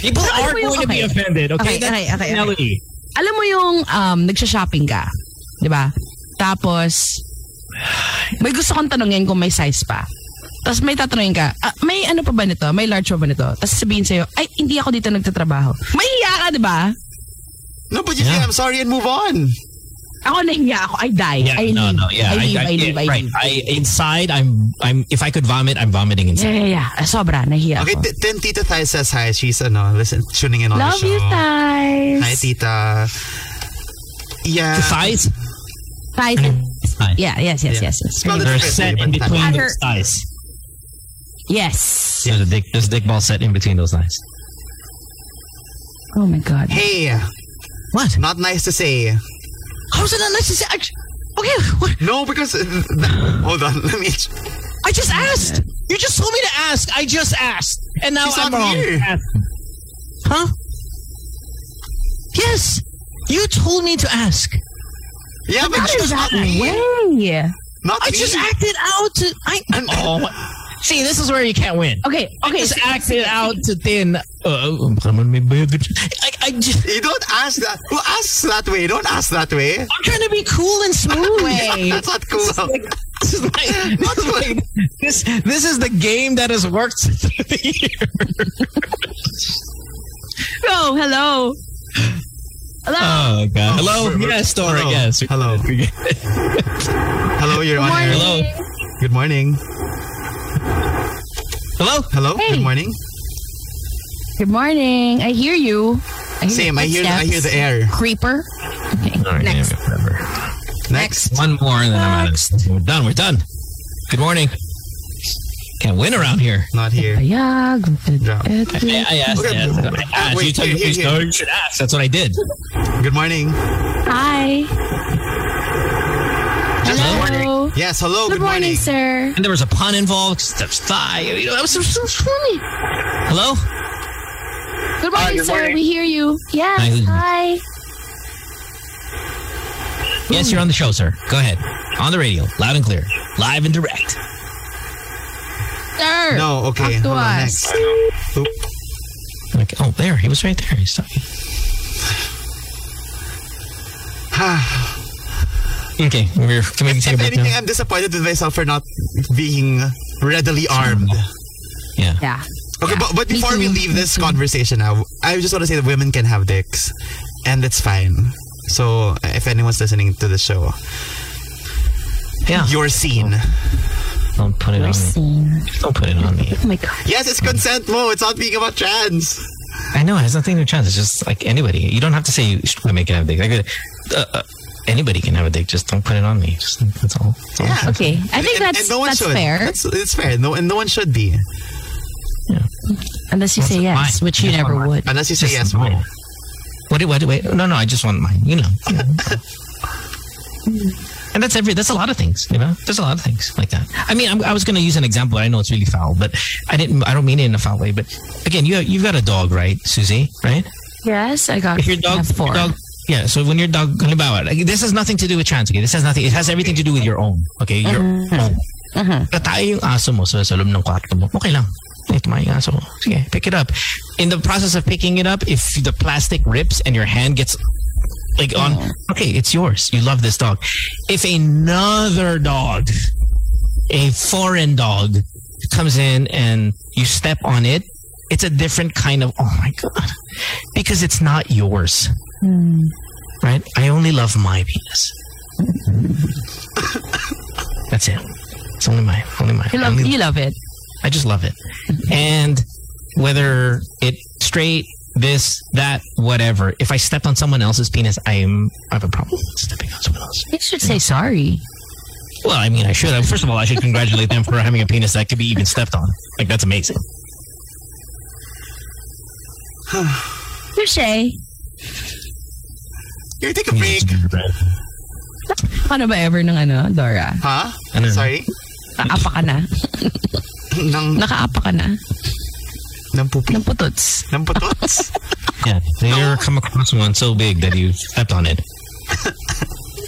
[SPEAKER 3] People
[SPEAKER 2] Alam
[SPEAKER 3] are
[SPEAKER 2] mo yung-
[SPEAKER 3] going to be
[SPEAKER 2] okay.
[SPEAKER 3] offended, okay?
[SPEAKER 2] Okay,
[SPEAKER 3] That's
[SPEAKER 2] okay, okay, okay.
[SPEAKER 3] reality.
[SPEAKER 2] alam mo yung um, nagsha-shopping ka, di ba? Tapos, may gusto kong tanongin kung may size pa. Tapos may tatanungin ka, "Ah, may ano pa ba nito? May large pa ba nito? Tapos sabihin sa'yo, ay, hindi ako dito nagtatrabaho. Mahiya ka, di ba?
[SPEAKER 1] No, but you say,
[SPEAKER 3] Yeah.
[SPEAKER 1] I'm sorry and move on.
[SPEAKER 2] Ako nahiya ako. I die.
[SPEAKER 3] Yeah,
[SPEAKER 2] I
[SPEAKER 3] no,
[SPEAKER 2] leave.
[SPEAKER 3] no, yeah.
[SPEAKER 2] I leave, I, leave, I,
[SPEAKER 3] yeah, right.
[SPEAKER 2] leave.
[SPEAKER 3] I, inside, I'm, I'm, if I could vomit, I'm vomiting
[SPEAKER 2] Yeah,
[SPEAKER 3] inside.
[SPEAKER 2] yeah, yeah. Ah, Sobra, nahiya
[SPEAKER 1] Okay,
[SPEAKER 2] ako.
[SPEAKER 1] t- then Tita Thai says hi. She's, ano, listen, tuning in on
[SPEAKER 2] Love
[SPEAKER 1] the show.
[SPEAKER 2] you, thighs.
[SPEAKER 1] Hi, Tita. Yeah.
[SPEAKER 3] The thighs?
[SPEAKER 2] Thighs.
[SPEAKER 3] Thighs.
[SPEAKER 2] Yeah, yes, yes,
[SPEAKER 1] Yeah.
[SPEAKER 2] yes. yes.
[SPEAKER 1] Spell
[SPEAKER 3] They're
[SPEAKER 1] it correctly,
[SPEAKER 3] set in
[SPEAKER 1] but
[SPEAKER 3] between
[SPEAKER 2] Under-
[SPEAKER 3] those thighs.
[SPEAKER 2] Yes.
[SPEAKER 3] There's a dick, there's a dick ball set in between those thighs.
[SPEAKER 2] Oh my God.
[SPEAKER 1] Hey,
[SPEAKER 3] What?
[SPEAKER 1] not nice to say.
[SPEAKER 3] How's it unnecessary? Okay, what?
[SPEAKER 1] No, because uh, hold on, <laughs> let me.
[SPEAKER 3] I just asked. You just told me to ask. I just asked, and now
[SPEAKER 1] She's
[SPEAKER 3] I'm
[SPEAKER 1] not
[SPEAKER 3] wrong.
[SPEAKER 1] here.
[SPEAKER 3] Ask. Huh? Yes. You told me to ask.
[SPEAKER 1] Yeah, but
[SPEAKER 3] How does that work?
[SPEAKER 2] Way.
[SPEAKER 1] not
[SPEAKER 3] I
[SPEAKER 1] me.
[SPEAKER 3] just acted out to. I. Oh. See, this is where you can't win.
[SPEAKER 2] Okay,
[SPEAKER 3] I
[SPEAKER 2] okay.
[SPEAKER 3] just acted out to thin. Uh, someone may be a good- I, I just.
[SPEAKER 1] You don't ask that. Who asks that way? Don't ask that way.
[SPEAKER 3] I'm trying to be cool and smooth. <laughs>
[SPEAKER 1] That's not cool.
[SPEAKER 3] This <laughs> is like- this is like- this this is the game that has worked <laughs> through the years.
[SPEAKER 2] Oh, hello. Hello.
[SPEAKER 3] Oh god.
[SPEAKER 1] Hello?
[SPEAKER 3] Hello. yes, Dora.
[SPEAKER 1] Hello.
[SPEAKER 3] Yes.
[SPEAKER 1] Hello. <laughs> Hello, you're on air.
[SPEAKER 3] Hello.
[SPEAKER 1] Good morning.
[SPEAKER 3] Hello.
[SPEAKER 1] Hello.
[SPEAKER 2] Hey.
[SPEAKER 1] Good morning.
[SPEAKER 2] Good morning. I hear you. I hear
[SPEAKER 1] Same.
[SPEAKER 2] your
[SPEAKER 1] I hear. I hear
[SPEAKER 2] footsteps.
[SPEAKER 1] the air.
[SPEAKER 2] creeper. Okay. next.
[SPEAKER 1] Next.
[SPEAKER 3] One more, and then I'm out of this. We're done. We're done. Good morning. Can't win around here.
[SPEAKER 1] Not here.
[SPEAKER 2] Payag.
[SPEAKER 1] Drop.
[SPEAKER 3] I, I asked.
[SPEAKER 1] Okay.
[SPEAKER 3] I asked. I asked.
[SPEAKER 1] Wait,
[SPEAKER 3] you told
[SPEAKER 1] here,
[SPEAKER 3] me
[SPEAKER 1] here, here.
[SPEAKER 3] no, you should ask. That's what I did.
[SPEAKER 1] Good morning.
[SPEAKER 11] Hi. Hello.
[SPEAKER 1] Yes. Hello. Good,
[SPEAKER 11] Good morning, sir.
[SPEAKER 3] And there was a pun involved. Steps thigh. You know, that was, that was funny. Hello.
[SPEAKER 1] Ah,
[SPEAKER 11] Good morning,
[SPEAKER 12] good
[SPEAKER 11] sir.
[SPEAKER 12] morning.
[SPEAKER 11] We hear you. Yes. Hi.
[SPEAKER 3] Yes, you're on the show, sir. Go ahead. On the radio, loud and clear, live and direct.
[SPEAKER 6] Sir!
[SPEAKER 1] No, okay.
[SPEAKER 6] Talk to
[SPEAKER 1] hold on,
[SPEAKER 6] us.
[SPEAKER 1] next. Oop.
[SPEAKER 3] Like, oh, there. He was right there. He's talking. <sighs> okay, we're coming to
[SPEAKER 1] If
[SPEAKER 3] your break
[SPEAKER 1] anything,
[SPEAKER 3] now.
[SPEAKER 1] I'm disappointed with myself for not being readily armed.
[SPEAKER 3] Yeah.
[SPEAKER 6] Yeah.
[SPEAKER 1] Okay, but, but
[SPEAKER 6] Me
[SPEAKER 1] before we
[SPEAKER 6] too,
[SPEAKER 1] leave this conversation now, I just want to say that women can have dicks, and it's fine. So, if anyone's listening to the show,
[SPEAKER 3] Yeah.
[SPEAKER 1] your scene.
[SPEAKER 3] Don't put it on me. Don't put it on me.
[SPEAKER 2] Oh my God.
[SPEAKER 1] Yes, it's consent mo. It's not being about trans.
[SPEAKER 3] I know it has nothing to do with trans. It's just like anybody. You don't have to say you should- women can have a dick. Like, uh, uh, anybody can have a dick. Just don't put it on me. Just that's all. That's all.
[SPEAKER 1] Yeah.
[SPEAKER 6] Okay. I think
[SPEAKER 1] And- and
[SPEAKER 6] that's,
[SPEAKER 1] no one
[SPEAKER 6] that's
[SPEAKER 1] should.
[SPEAKER 6] fair.
[SPEAKER 1] That's, it's fair. No, and no one should be
[SPEAKER 2] Unless you say
[SPEAKER 3] Why?
[SPEAKER 2] yes, which you
[SPEAKER 3] Just
[SPEAKER 2] never
[SPEAKER 3] one.
[SPEAKER 2] would.
[SPEAKER 1] unless you say
[SPEAKER 3] Just
[SPEAKER 1] yes.
[SPEAKER 3] no.
[SPEAKER 1] Mo.
[SPEAKER 3] What? do- What? do- Wait. No, no. I just want mine. You
[SPEAKER 1] <laughs>
[SPEAKER 3] know. You know. and that's every. That's a lot of things. You know. There's a lot of things like that. I mean, I'm, I was going to use an example. I know it's really foul, but I didn't. I don't mean it in a foul way. But again, you you've got a dog, right, Susie? Right.
[SPEAKER 2] Yes, I got
[SPEAKER 3] if your dog,
[SPEAKER 2] have four.
[SPEAKER 3] your dog yeah, so when your dog halimbawa, like, this has nothing to do with trans, okay? This has nothing it has everything to do with your own. Okay, your own. Tatay yung aso mo sa, sa loob ng kwarto mo. Okay lang. Ito may aso mo. Sige, pick it up. In the process of picking it up, if the plastic rips and your hand gets like on okay, it's yours. You love this dog. If another dog, a foreign dog, comes in and you step on it, it's a different kind of oh my god because it's not yours right i only love my penis that's it it's only mine only mine
[SPEAKER 6] You
[SPEAKER 3] I,
[SPEAKER 6] love,
[SPEAKER 3] only-
[SPEAKER 6] you love it.
[SPEAKER 3] I just love it and whether it straight this that whatever if i step on someone else's penis i am i have a problem with stepping on someone else
[SPEAKER 6] You should say sorry.
[SPEAKER 3] well i mean i should first of all i should congratulate them for having a penis that could be even stepped on like that's amazing
[SPEAKER 6] You say.
[SPEAKER 1] Here, take a break.
[SPEAKER 6] Paano ba ever ng ano, Dora?
[SPEAKER 1] Huh?
[SPEAKER 3] Ano?
[SPEAKER 1] Sorry?
[SPEAKER 6] Nakaapa ka na.
[SPEAKER 1] <laughs> Nang,
[SPEAKER 6] Nakaapa ka na.
[SPEAKER 1] nang pupi.
[SPEAKER 6] Ng putots.
[SPEAKER 1] Nang putots.
[SPEAKER 3] <laughs> yeah have you ever come across one so big that you
[SPEAKER 6] <laughs>
[SPEAKER 3] stepped on it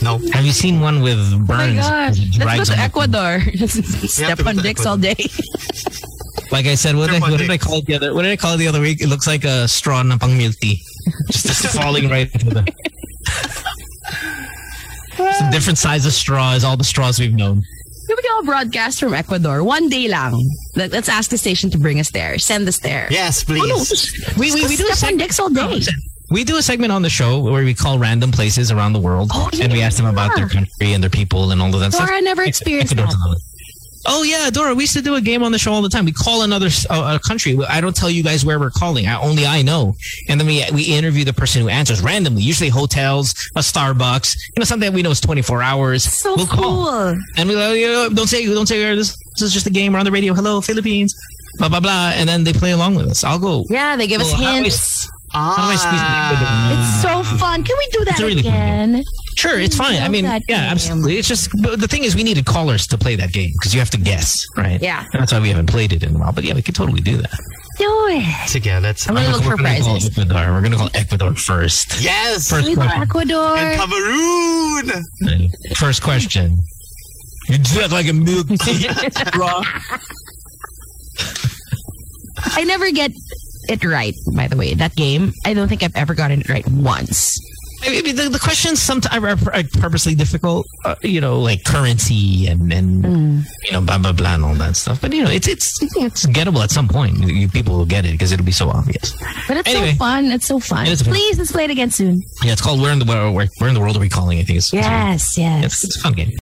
[SPEAKER 1] No.
[SPEAKER 3] Have you seen one with
[SPEAKER 6] Oh my
[SPEAKER 3] burns?
[SPEAKER 6] gosh. Let's
[SPEAKER 3] Drags
[SPEAKER 6] go to
[SPEAKER 3] on the- <laughs>
[SPEAKER 6] Ecuador. Step
[SPEAKER 1] to go
[SPEAKER 6] on
[SPEAKER 1] to
[SPEAKER 6] dicks all day.
[SPEAKER 3] Like I said, what,
[SPEAKER 1] They're
[SPEAKER 3] did I- what did I
[SPEAKER 1] projects.
[SPEAKER 3] call it the other? What did I call it the other week? It looks like a straw na pang milk tea, just, just falling right into
[SPEAKER 6] <laughs>
[SPEAKER 3] the. It's a different size of straw is all the straws we've known.
[SPEAKER 6] Can we all broadcast from Ecuador? One day lang. Let- Let's ask the station to bring us there. Send us there. Oh,
[SPEAKER 1] Yes, please.
[SPEAKER 3] We we, we do
[SPEAKER 6] Step
[SPEAKER 3] a
[SPEAKER 6] on
[SPEAKER 3] segment.
[SPEAKER 6] dicks all day.
[SPEAKER 3] We do a segment on the show where we call random places around the world and we ask them about their country and their people and all of that
[SPEAKER 6] Oh,
[SPEAKER 3] stuff.
[SPEAKER 6] Dora never experienced
[SPEAKER 3] Ecuador's
[SPEAKER 6] that.
[SPEAKER 3] another. Oh yeah, Dora. We used to do a game on the show all the time. We call another s- uh, a country. I don't tell you guys where we're calling. I, only I know. And then we we interview the person who answers randomly. Usually hotels, a Starbucks. You know something that we know is twenty four hours.
[SPEAKER 6] So
[SPEAKER 3] we'll call
[SPEAKER 6] cool.
[SPEAKER 3] and we go, you know, don't say don't say where this, this is just a game. We're on the radio. Hello, Philippines. Blah blah blah. And then they play along with us. I'll go.
[SPEAKER 6] Yeah, they give us
[SPEAKER 3] Well, how do I-
[SPEAKER 6] hints.
[SPEAKER 3] How do I squeeze
[SPEAKER 1] Ah.
[SPEAKER 3] the-
[SPEAKER 2] It's so fun. Can we do that
[SPEAKER 3] It's really fun.
[SPEAKER 2] again?
[SPEAKER 3] Hmm. Sure, it's fine. I
[SPEAKER 2] love
[SPEAKER 3] mean, yeah,
[SPEAKER 2] that game.
[SPEAKER 3] absolutely. It's just but the thing is, we needed callers to play that game because you have to guess, right?
[SPEAKER 6] Yeah.
[SPEAKER 3] And that's why we haven't played it in a while. But yeah, we could totally do that.
[SPEAKER 2] Do it.
[SPEAKER 1] Sige, let's.
[SPEAKER 6] I'm gonna look for
[SPEAKER 3] We're gonna call
[SPEAKER 6] prizes.
[SPEAKER 3] Ecuador. We're gonna call Ecuador first.
[SPEAKER 1] Yes!
[SPEAKER 3] First
[SPEAKER 2] We go
[SPEAKER 3] question.
[SPEAKER 1] And
[SPEAKER 2] Ecuador.
[SPEAKER 1] Cameroon!
[SPEAKER 3] First question. You dress like a
[SPEAKER 1] <laughs>
[SPEAKER 3] milk tea.
[SPEAKER 6] I never get it right, by the way. That game, I don't think I've ever gotten it right once.
[SPEAKER 3] I mean, the, the questions sometimes are pur- are purposely difficult, uh, you know, like currency and, and
[SPEAKER 2] Mm.
[SPEAKER 3] you know, blah, blah, blah, and all that stuff. But, you know, it's it's it's gettable at some point. You, people will get it because it'll be so obvious.
[SPEAKER 2] But it's
[SPEAKER 3] Anyway.
[SPEAKER 2] so fun. It's so fun.
[SPEAKER 3] It is fun.
[SPEAKER 2] Please, let's play it again soon.
[SPEAKER 3] Yeah, it's called Where in the World, Where, Where in the World Are We Calling? I think it's.
[SPEAKER 2] Yes, yes.
[SPEAKER 3] It's, it's a fun game.